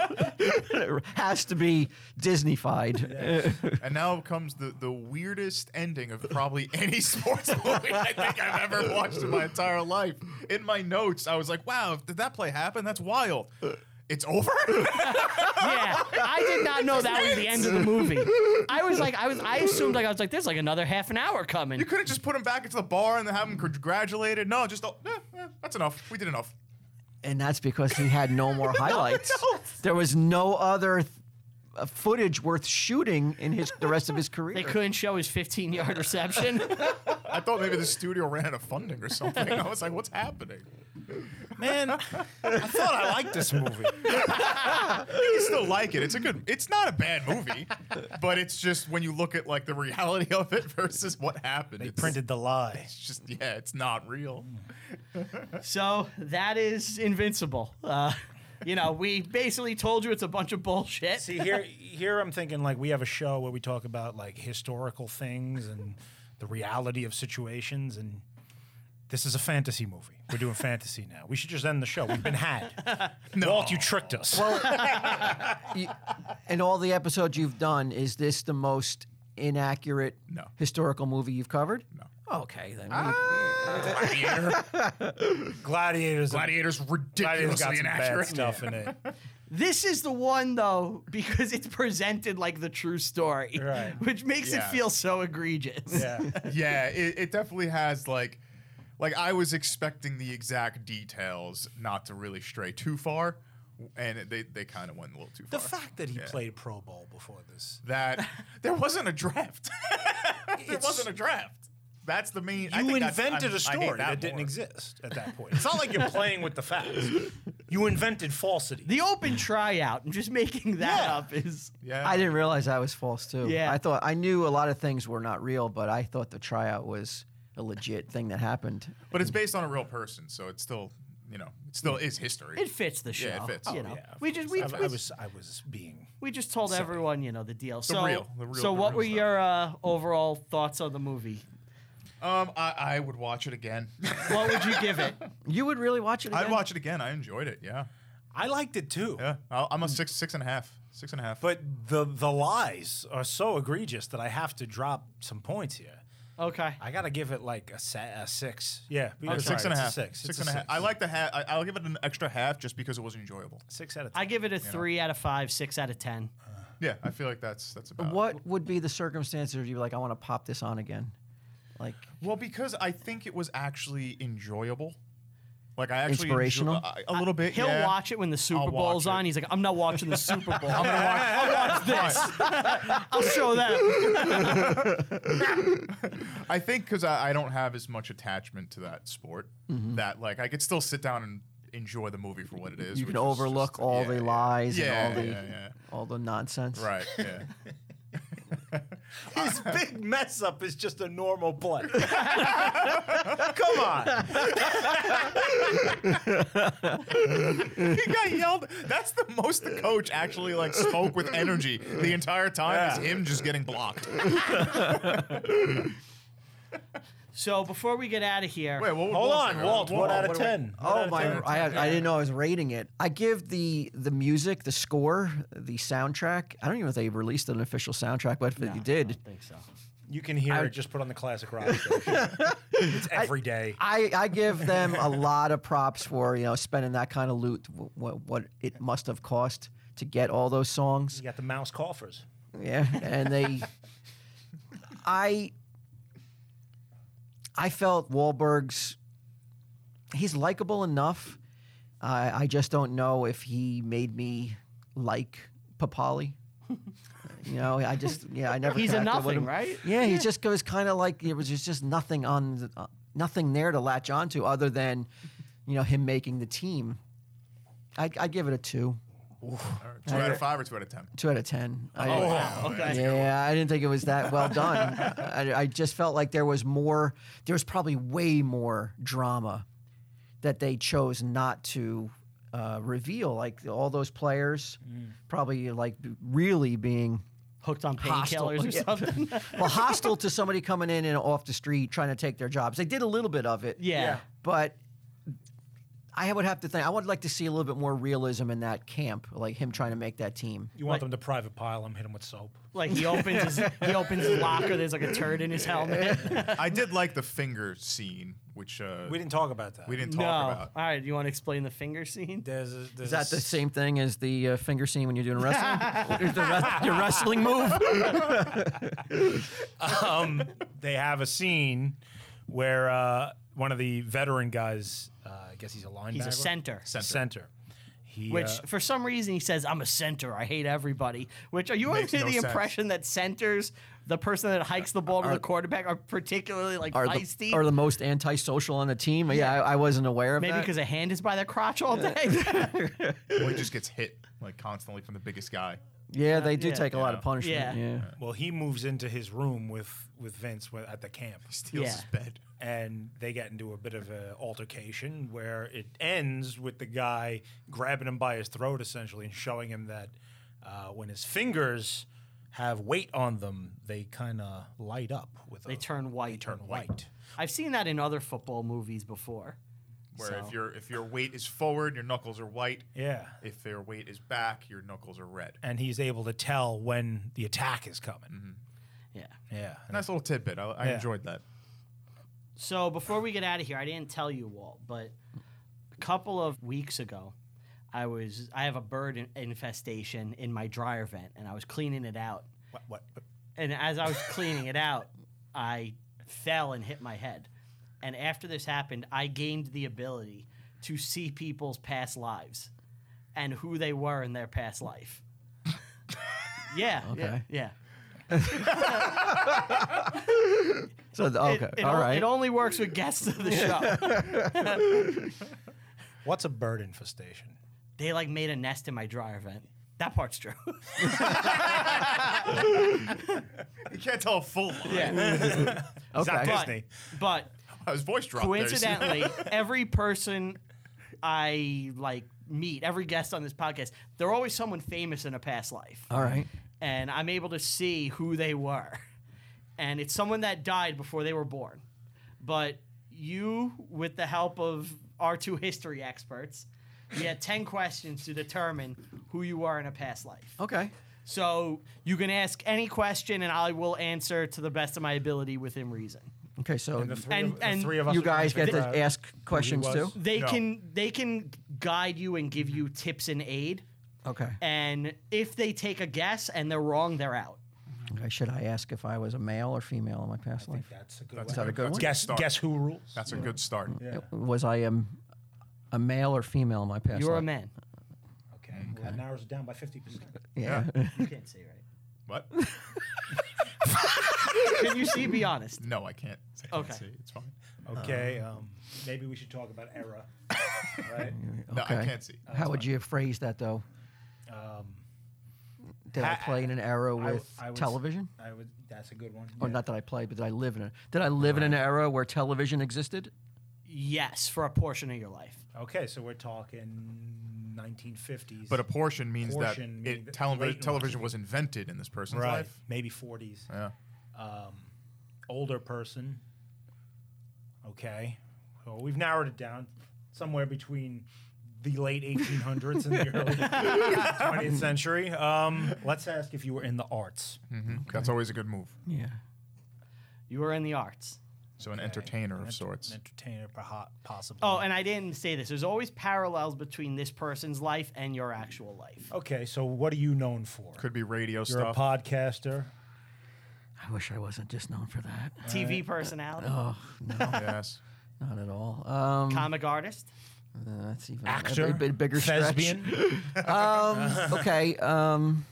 [LAUGHS] has to be Disneyfied. And now comes the, the weirdest ending of probably [LAUGHS] any sports movie I think I've ever watched in my entire life. In my notes, I was like, wow, did that play happen? That's wild. It's over? [LAUGHS] yeah, I did not know that was the end of the movie. I was like, I was, I assumed like I was like, there's like another half an hour coming. you could have just put him back into the bar and then have him congratulated. No, just, oh, eh, eh, that's enough. We did enough. and that's because he had [LAUGHS] no more highlights. There was no other th- uh, footage worth shooting in his the rest of [LAUGHS] his career. they couldn't show his 15 yard reception. I thought maybe the studio ran out of funding or something. [LAUGHS] I was like, what's happening? Man, I thought I liked this movie. [LAUGHS] I still like it. It's a good. It's not a bad movie, but it's just when you look at like the reality of it versus what happened. They it's, printed the lie. It's just yeah, it's not real. So that is invincible. Uh, you know, we basically told you it's a bunch of bullshit. See here, here I'm thinking like we have a show where we talk about like historical things and the reality of situations, and this is a fantasy movie. We're doing fantasy now. We should just end the show. We've been had. Walt, you tricked us. You- in all the episodes you've done, is this the most inaccurate No. historical movie you've covered? No. Okay, then. we- Gladiator, Gladiators. Gladiator's Gladiators ridiculously got some bad inaccurate. stuff in it. This is the one though because it's presented like the true story, Right. which makes Yeah. it feel so egregious. Yeah. yeah, it, it definitely has like, like I was expecting the exact details not to really stray too far, and it- they they kind of went a little too The far. fact that he played Pro Bowl before this. [LAUGHS] that there wasn't a draft. [LAUGHS] there It's- wasn't a draft. That's the main. I You think that's- invented I'm- a I hate story that, that didn't more. exist at that point. It's not like you're playing with the facts. You invented falsity. The open tryout and just making that Yeah. up is Yeah. I didn't realize that was false too. Yeah. I thought I knew a lot of things were not real, but I thought the tryout was a legit thing that happened. But it's based on a real person, so it's still you know, it still is history. It fits the show. Yeah, it fits. You Oh, know, Yeah, of we just course. we, I, we I was I was being we just told everyone you know the deal. so real- the real- so the what real were stuff. your uh, overall thoughts on the movie? Um, I, I would watch it [LAUGHS] again. What would you give it? [LAUGHS] You would really watch it again? I'd watch it again. I enjoyed it. Yeah, I liked it too. yeah. I'll, I'm a six, six and a half, six and a half. But the the lies are so egregious that I have to drop some points here. Okay. I gotta give it like a, sa- a six. Yeah, Yeah, because six and a half. Six. Six It's and a a half. six. I like the half. I, I'll give it an extra half just because it was enjoyable. six out of. I Ten. give it a three out of five, six out of ten. Yeah, I feel like that's that's about. it. What would be the circumstances where you'd be like, I want to pop this on again? Like, Well, because I think it was actually enjoyable. Like I actually Inspirational? enjoy- I- a little bit. He'll yeah. watch it when the Super I'll Bowl's watch it. on. He's like, I'm not watching the Super [LAUGHS] Bowl. I'm [LAUGHS] gonna watch. I'll watch this. I'll show them. I think because I, I don't have as much attachment to that sport Mm-hmm. that like I could still sit down and enjoy the movie for what it is. you which can is overlook just- all yeah, the yeah. lies Yeah, and all the yeah, yeah. all the nonsense. Right. Yeah. His big mess up is just a normal [LAUGHS] play. Come on. he got yelled. That's the most the coach actually like spoke with energy the entire time is Yeah. him just getting blocked. So before we get out of here, Wait, what, Hold on, Walt. What out of ten? What out Oh of my! 10? I, I didn't know I was rating it. I give the the music, the score, the soundtrack. I don't even know if they released an official soundtrack, but if they I did, don't think so. You can hear it. Just put on the classic rock. station. it's every day. I, I give them a lot of props for you know spending that kind of loot. What what it must have cost to get all those songs. You got the mouse coffers. Yeah, and they, I, I felt Wahlberg's. He's likable enough. I I just don't know if he made me like Papali. you know, I just yeah, I never. He's a connected with nothing, him. right? Yeah, he just goes kind of like it was just, just nothing on, the, uh, nothing there to latch onto other than, you know, him making the team. I I give it a two, Two out of five or two out of ten. two out of ten. I, Okay. yeah, I didn't think it was that well done. I, I just felt like there was more. There was probably way more drama that they chose not to uh, reveal. Like all those players, probably like b- really being Hooked on Hostile. painkillers or Yeah. something. [LAUGHS] well hostile to somebody coming in and off the street trying to take their jobs. They did a little bit of it. Yeah. but. I would have to think. I would like to see a little bit more realism in that camp, like him trying to make that team. You want them to private pile him, hit him with soap. Like he opens his he opens his locker. There's like a turd in his helmet. I did like the finger scene, which uh, We didn't talk about that. we didn't [LAUGHS] no. talk All about. right. You want to explain the finger scene? There's a, there's Is that the [LAUGHS] same thing as the uh, finger scene when you're doing wrestling? Is the wres- your wrestling move? um, they have a scene where uh, one of the veteran guys, uh, I guess he's a linebacker. He's a center. Center. center. He, Which, uh, for some reason, he says, "I'm a center. I hate everybody." Which are you under Makes the no sense. impression that centers, the person that hikes the ball to the quarterback, are particularly like [LAUGHS] Are feisty? the, are the most antisocial on the team? Yeah, I, I wasn't aware of Maybe that. because a hand is by their crotch all day. it. Well, he just gets hit like constantly from the biggest guy. yeah, they do Yeah. take a lot of punishment. Yeah. Yeah. well, he moves into his room with with Vince wi- at the camp, Steals his bed. and they get into a bit of an altercation where it ends with the guy grabbing him by his throat, essentially, and showing him that uh, when his fingers have weight on them, they kind of light up with. they a, turn white. They turn white. I've seen that in other football movies before. Where So- if your if your weight is forward, your knuckles are white. Yeah. If your weight is back, your knuckles are red. and he's able to tell when the attack is coming. Yeah. Yeah. Nice little tidbit. I, I Yeah. enjoyed that. So before we get out of here, I didn't tell you Walt, but a couple of weeks ago, I was I have a bird in- infestation in my dryer vent, and I was cleaning it out. What, what, what- And as I was cleaning it out, I fell and hit my head. And after this happened, I gained the ability to see people's past lives and who they were in their past [LAUGHS] life. yeah, yeah, Okay. yeah. So the, okay, It, it all on- right. it only works with guests of the show. what's a bird infestation? they like made a nest in my dryer vent. That part's true. You can't tell a full line. [LAUGHS] It's not Okay. Disney. [LAUGHS] But His voice dropped. there, you see? [LAUGHS] coincidentally, every person I like meet every guest on this podcast, they're always someone famous in a past life. All right. and I'm able to see who they were. And it's someone that died before they were born. But you, with the help of our two history experts, you had 10 questions to determine who you are in a past life. Okay. So you can ask any question, and I will answer to the best of my ability within reason. Okay. So And the three, And- of, the and three of us you are gonna guys get figure to out ask questions uh, was. too. They No. can they can guide you and give you tips and aid. Okay. And if they take a guess and they're wrong, they're out. okay. Should I ask if I was a male or female in my past life? That's a good. That's one. a good one? Guess Start. guess who rules? That's a good start. yeah. Was I um, a male or female in my past You're a life? man. Okay. Well, that narrows it down by fifty percent. Yeah. [LAUGHS] You can't say right. What? Can you see? Be honest. No, I can't. say Okay. that. See, It's fine. [LAUGHS] Okay. Um, maybe we should talk about [LAUGHS] era. Right. No, I Okay. can't see. How would you have phrased that though? did I, I- play in an era I- with I was- television? I would. That's a good one. Or Yeah. not that I played, but did I live in a Did I live in an era where television existed? Yes, for a portion of your life. Okay, so we're talking 1950s. But a portion means Portion that meaning it, that tele- late in television was invented in this person's right, life. maybe 40s. Yeah. Older person. Okay, so we've narrowed it down somewhere between the late 1800s and [LAUGHS] the early 20th century. Um, let's ask if you were in the arts. Hmm. Mm-hmm. That's always a good move. Yeah. You were in the arts. So an entertainer of sorts. An entertainer, perha- possibly. Oh, and I didn't say this. There's always parallels between this person's life and your actual life. okay, so what are you known for? Could be radio You're stuff. a podcaster. I wish I wasn't just known for that. TV personality, yes. Not at all. Um, comic artist. uh, that's even Actor. a bit, bit bigger Thespian. [LAUGHS] stretch. Okay. Um,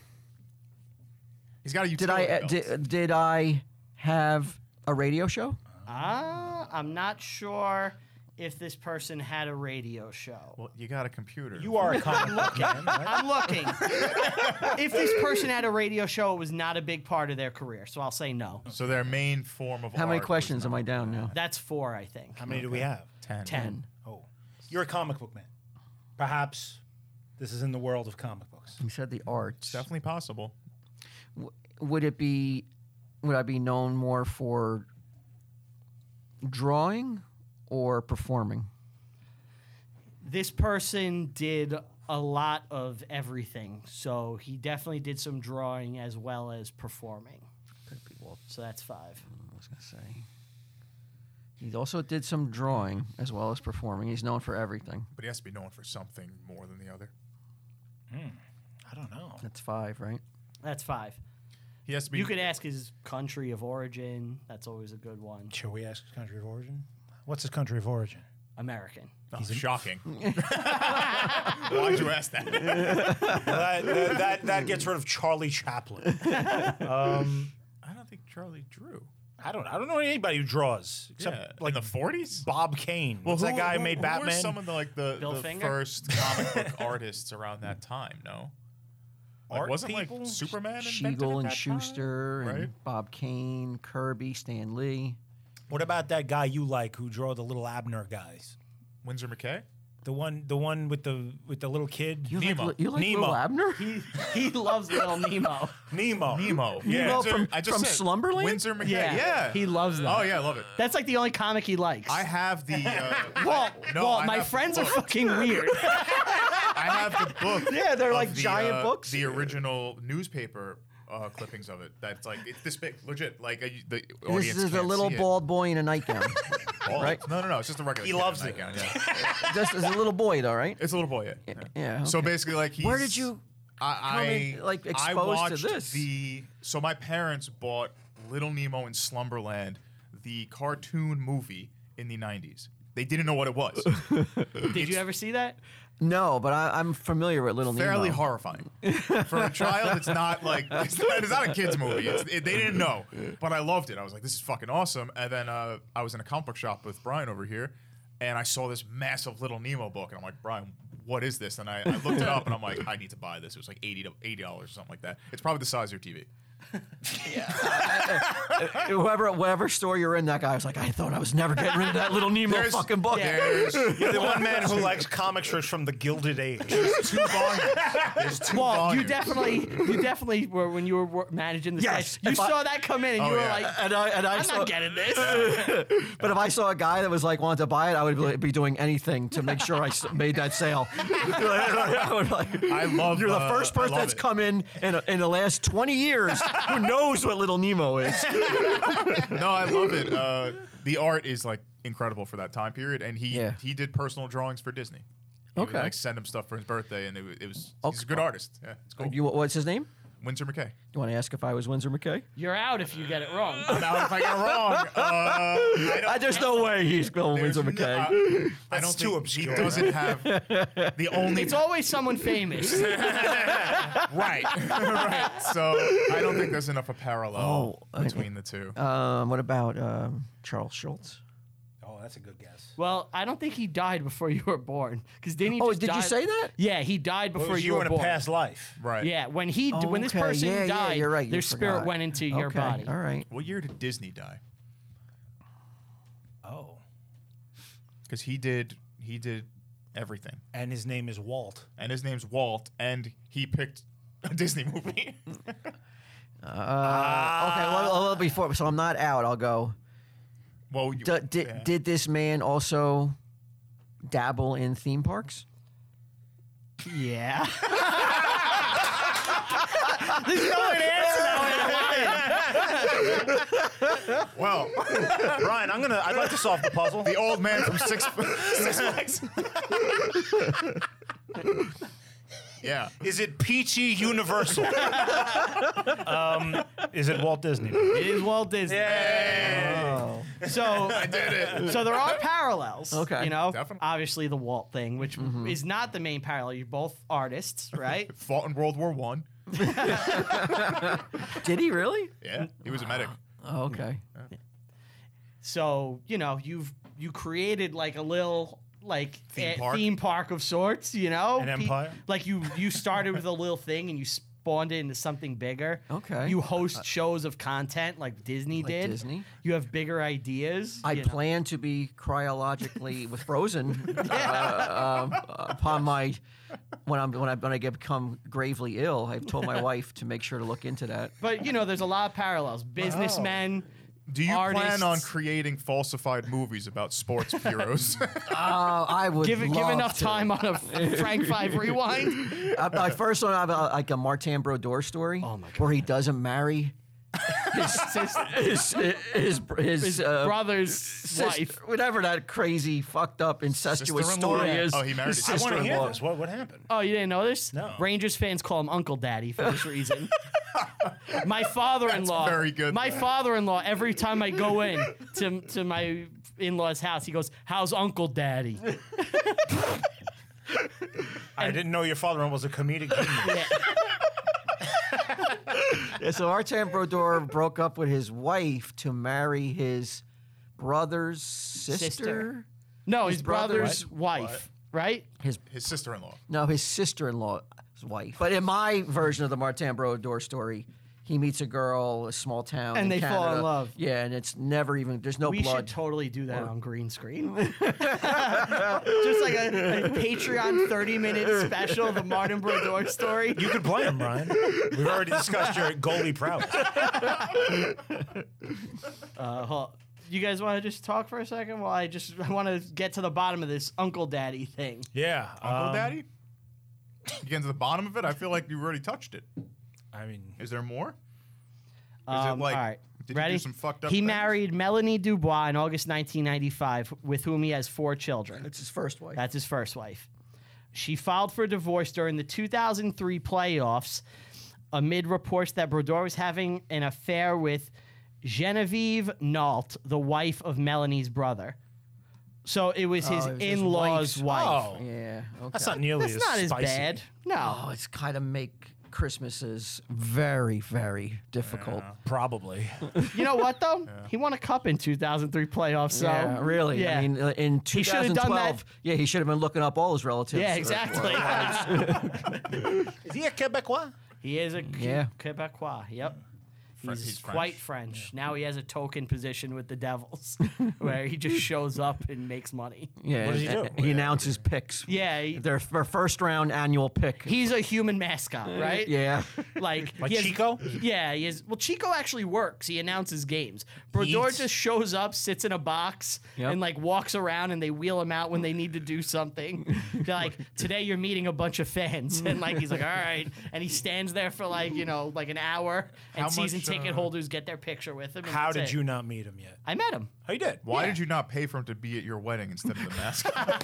He's got a did utility I uh, belt. did, did I have a radio show? Ah, I'm not sure if this person had a radio show. well, you got a computer. You [LAUGHS] are a comic book man, right? I'm looking. [LAUGHS] if this person had a radio show, it was not a big part of their career, so I'll say no. So their main form of How many art was questions not- am I down now? That's four, I think. How many do we have? Ten. Oh, you're a comic book man. Perhaps this is in the world of comic books. You said the arts. Definitely possible. Would it be? Would I be known more for drawing or performing? this person did a lot of everything. So he definitely did some drawing as well as performing. So that's five. I was gonna say. He also did some drawing as well as performing. He's known for everything. But he has to be known for something more than the other. I don't know. That's five, right? That's five. He has to be. You could ask his country of origin. That's always a good one. Shall we ask his country of origin? What's his country of origin? American. Oh, [LAUGHS] shocking. Why'd you ask that? that, that, that, that gets rid of Charlie Chaplin. um, I don't think Charlie drew. I don't I don't know anybody who draws except Yeah, like in the 40s. Bob Kane. What's that who- guy who- who made who were Batman? some of the like the, Bill the Finger? first comic [LAUGHS] book artists around that time. No, like, Art wasn't people? like Superman invented at Siegel and that time? Schuster and right? Bob Kane, Kirby, Stan Lee. What about that guy you like who drew the little Abner guys? Windsor McKay. The one the one with the with the little kid? You like, Nemo. Li- you like Nemo. Little Abner? He, he loves Little Nemo. Nemo. Nemo. Yeah. Nemo from- I just from said Slumberland? Windsor McKay. Yeah, Yeah. he loves that. Oh yeah, I love it. That's like the only comic he likes. I have the. Uh, [LAUGHS] Walt, I, no, Walt, I my have the friends are book. fucking [LAUGHS] weird. I have the book. [LAUGHS] Yeah, they're of like the, giant uh, books. The original newspaper uh, clippings of it. That's like it's this big, legit. Like uh, you- the audience. [LAUGHS] This is a can't little see it. bald boy in [LAUGHS] a nightgown. Bald? right? No, no, no. It's just a regular. He kid in a loves it. nightgown, yeah. this is a little boy, though, right? It's a little boy. Yeah. [LAUGHS] Yeah. So okay. basically, like he's, Where did you I, I in, like, I exposed to watched this? The so my parents bought Little Nemo in Slumberland, the cartoon movie in the '90s. They didn't know what it was. Did you ever see that? no, but I, I'm familiar with Little Fairly Nemo. horrifying for a child. It's not like [LAUGHS] it's not, it's not a kids movie. It's, it, they didn't know, but I loved it. I was like, "This is fucking awesome!" And then uh, I was in a comic book shop with Brian over here, and I saw this massive Little Nemo book, and I'm like, "Brian, what is this?" And I, I looked it up, and I'm like, "I need to buy this." It was like eighty to eighty dollars or something like that. It's probably the size of your TV. whoever, whatever store you're in, that guy was like, I thought I was never getting rid of that little Nemo There's- fucking book. There's You're the one man [LAUGHS] who likes comic strips from the Gilded Age. two volumes. There's two Well, volumes. you definitely, you definitely were when you were wor- managing the Yes, site. You if I- saw that come in, and Oh, you were yeah. like, And I, and I "I'm saw, not getting this." but if I saw a guy that was like wanted to buy it, I would be- be doing anything to make sure I [LAUGHS] s- made that sale. I would, like- I love. You're the uh, first I person love that's it. come in in, in the last 20 years who knows what Little Nemo is. No, I love it. Uh, the art is like incredible for that time period, and he Yeah. he did personal drawings for Disney. He would, Okay. like send him stuff for his birthday, and it, wa- it was Oh, he's a good artist. Yeah, it's cool. [LAUGHS] You, what's his name? Windsor McKay. You want to ask if I was Windsor McKay? You're out if you get it wrong. Now, if I got it wrong, uh, I don't. I, there's no way he's going there's Windsor no- McKay. I- I That's don't too think obscure. He doesn't have [LAUGHS] the only [LAUGHS] It's always someone famous. [LAUGHS] right. [LAUGHS] right. So I don't think there's enough of parallel Oh, I- between the two. um, what about um, Charles Schultz? Oh, that's a good guess. Well, I don't think he died before you were born. Because didn't he? Oh, just did you die- say that? Yeah, he died before For you, you were in a born. past life. right. Yeah, when he d when this Okay, person yeah, yeah, died, you're right, you their spirit forgot. went into your Okay, body. All right. What year did Disney die? Oh. Because he did he did everything, And his name is Walt. and his name's Walt, and he picked a Disney [LAUGHS] movie. Uh, okay, well, a little before, so I'm not out. I'll go. well, you, D- did, yeah. did this man also dabble in theme parks? Yeah. There's no way to answer [LAUGHS] that one. well, [LAUGHS] Brian, I'm gonna. I'd like to solve the puzzle. the old man from Six, [LAUGHS] Six Flags. yeah. Is it peachy [LAUGHS] universal? um, is it Walt Disney? It is Walt Disney. Oh, So I did it. so there are parallels. Okay. Mm-hmm. You know, Definitely. obviously the Walt thing, which is not the main parallel. You're both artists, right? Fought in World War One. did he really? Yeah, he was a medic. Oh, okay. So you know you've you created like a little like Theme eh, park? theme park of sorts. You know, An Pe- empire? like you [LAUGHS] you started with a little thing and you spawned it into something bigger. Okay. Uh, You host shows of content like Disney Like did. Disney. You have bigger ideas. I you know. plan to be cryologically with frozen uh, um, upon my when I'm when I when I get become gravely ill. I've [LAUGHS] told my wife to make sure to look into that. But you know, there's a lot of parallels. Businessmen. Do you plan on artists. creating falsified movies about sports [LAUGHS] heroes? [LAUGHS] Uh, I would Give, it- give love enough to. time on a Frank [LAUGHS] Five rewind. Uh, my first one, I have a, like a Martin Brodeur story, where he doesn't marry [LAUGHS] his his his, his, his, His uh, brother's sis- wife. whatever that crazy fucked up incestuous Sister-in-law? story Yeah. is. Oh, he married his his I want to hear sister-in-law. this. What, what happened? Oh, you didn't know this? No. Rangers fans call him Uncle Daddy for [LAUGHS] this reason. my father-in-law. That's very good. My father-in-law. Every time I go in to to my in-laws' house, he goes, "How's Uncle Daddy?" I didn't know your father was a comedic genius. Yeah. Yeah, so Martin Brodeur broke up with his wife to marry his brother's sister. Sister. No, his, brother's brother's wife, right? His sister-in-law. No, his sister-in-law's wife. But in my version of the Martin Brodeur story. He meets a girl, a small town, And in they fall in Canada. love. Yeah, and it's never even. There's no We should blood. totally do that on green screen. Just like a, a Patreon 30-minute special, the Martin Brodeur story. You could play him, Brian. We've already discussed your goalie prowess. Uh, hold- you guys want to just talk for a second? Well, I just I want to get to the bottom of this Uncle Daddy thing. Yeah, Uncle um, Daddy? You get to the bottom of it? I feel like you already touched it. I mean, Is there more? Is Um, all right. did Ready? you do some fucked up he things? married Melanie Dubois in August 1995, with whom he has four children. It's his first wife. That's his first wife. She filed for divorce during the 2003 playoffs amid reports that Brodeur was having an affair with Genevieve Nault, the wife of Melanie's brother. So it was his it was his in-laws' wife's- wife. oh, yeah. Okay. that's not nearly That's as not as spicy. bad. No. Oh, it's kind of make Christmases very, very Uh, difficult. [LAUGHS] Probably. You know what though? He won a cup in 2003 playoffs. So Yeah, really. Yeah. I mean, uh, in should have done 2012, that- yeah, he should have been looking up all his relatives. yeah, exactly. Is he a Quebecois? [LAUGHS] he is a Q- Yeah. Quebecois. Yep. Fre- He's, he's French. quite French. Now he has a token position with the [LAUGHS] Devils, where he just shows up and makes money. Yeah, What does he and- do? and he announces picks. Yeah, he- their, their first round annual pick. He's a human mascot, right? yeah, [LAUGHS] Like, Like he has- Chico? Yeah, he is. Well, Chico actually works. He announces games. Brodeur eats. just shows up, sits in a box, Yep. and like walks around, and they wheel him out when they need to [LAUGHS] do something. They're like, "Today you're meeting a bunch of fans," and like he's like, "All right," and he stands there for like you know like an hour, and How season much, ticket uh, holders get their picture with him. and How that's did it. you not meet him yet? I met him. Oh, you did. Why did you not pay for him to be at your wedding instead of the [LAUGHS] mascot?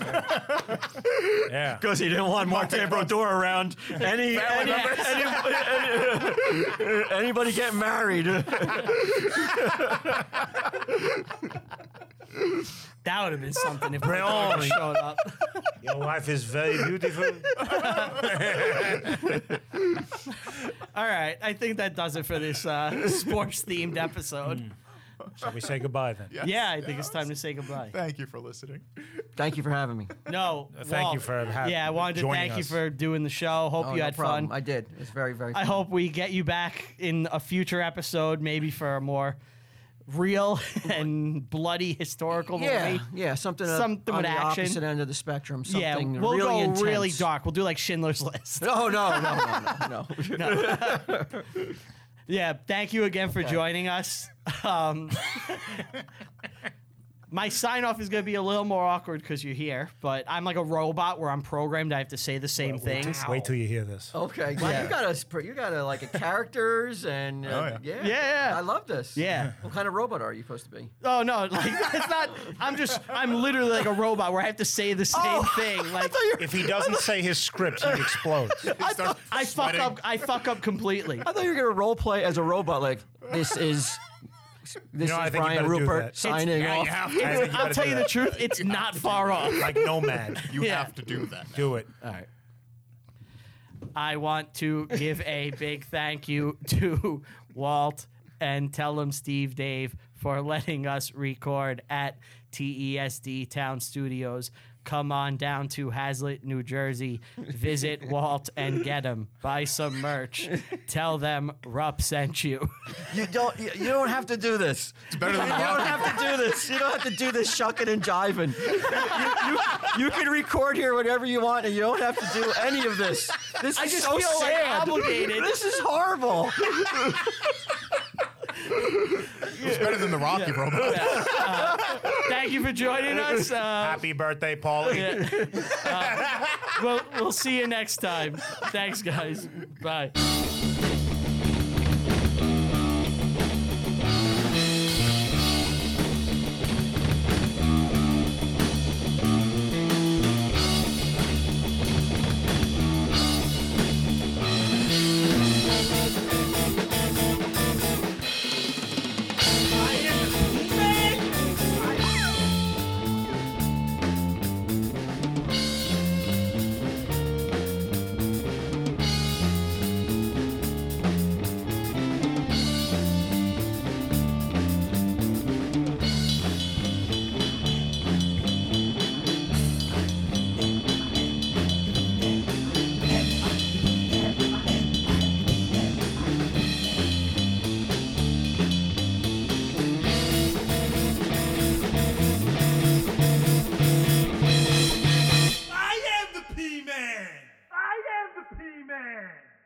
Yeah. Because he didn't want Martin [LAUGHS] Brodeur around any, any, [LAUGHS] any- anybody get married. That would have been something if Brilliant. Brodeur showed up. Your wife is very beautiful. All right, I think that does it for [LAUGHS] this uh, sports themed episode. Mm. Shall we say goodbye then? Yeah, I think it's time to say goodbye. Thank you for listening. [LAUGHS] thank you for having me. No, thank Walt, you for ha- Yeah, I wanted to joining thank you us. for doing the show. Hope Oh, you no had problem. fun. I did. It was very very. I fun. hope we get you back in a future episode, maybe for a more real [LAUGHS] and bloody historical Yeah, movie. yeah, something, uh, Something on with the action. opposite end of the spectrum. Yeah, Something we'll really go intense. really [LAUGHS] dark. We'll do like Schindler's List. No, no, no, no, no. no. Yeah, thank you again for joining us. Um, [LAUGHS] my sign off is going to be a little more awkward because you're here, but I'm like a robot where I'm programmed. I have to say the same things. Wait till you hear this. Okay, well, you got us. You got a, like a characters and uh, Oh, yeah. Yeah. I love this. Yeah. [LAUGHS] What kind of robot are you supposed to be? Oh no, like [LAUGHS] it's not. I'm just. I'm literally like a robot where I have to say the same thing. Like I, If he doesn't say his script, he [LAUGHS] explodes. fuck up. I fuck [LAUGHS] up completely. I thought you were gonna role play as a robot. Like this is this know, I is think [LAUGHS] you Brian better do that. Rupert It's- signing yeah, off. you I have to, think you I'll gotta tell do you the that. truth. It's not far off. Like Nomad. you Yeah. have to do that. now. Do it. I want to give a big thank you to Walt and tell him Steve Dave for letting us record at TESD Town Studios. Come on down to Hazlitt, New Jersey. Visit Walt and get him. Buy some merch. Tell them Rupp sent you. [LAUGHS] You don't. You, you don't have to do this. It's better than you don't have to do this. You don't have to do this shucking and jiving. [LAUGHS] You, you, you can record here whatever you want, and you don't have to do any of this. This I is just so feel, like, sad. obligated. This is horrible. It's better than the Rocky robot. Thank you for joining us. Uh, Happy birthday, Paulie. we'll, we'll see you next time. Thanks, guys. Bye. I am the P-Man! I am the P-Man!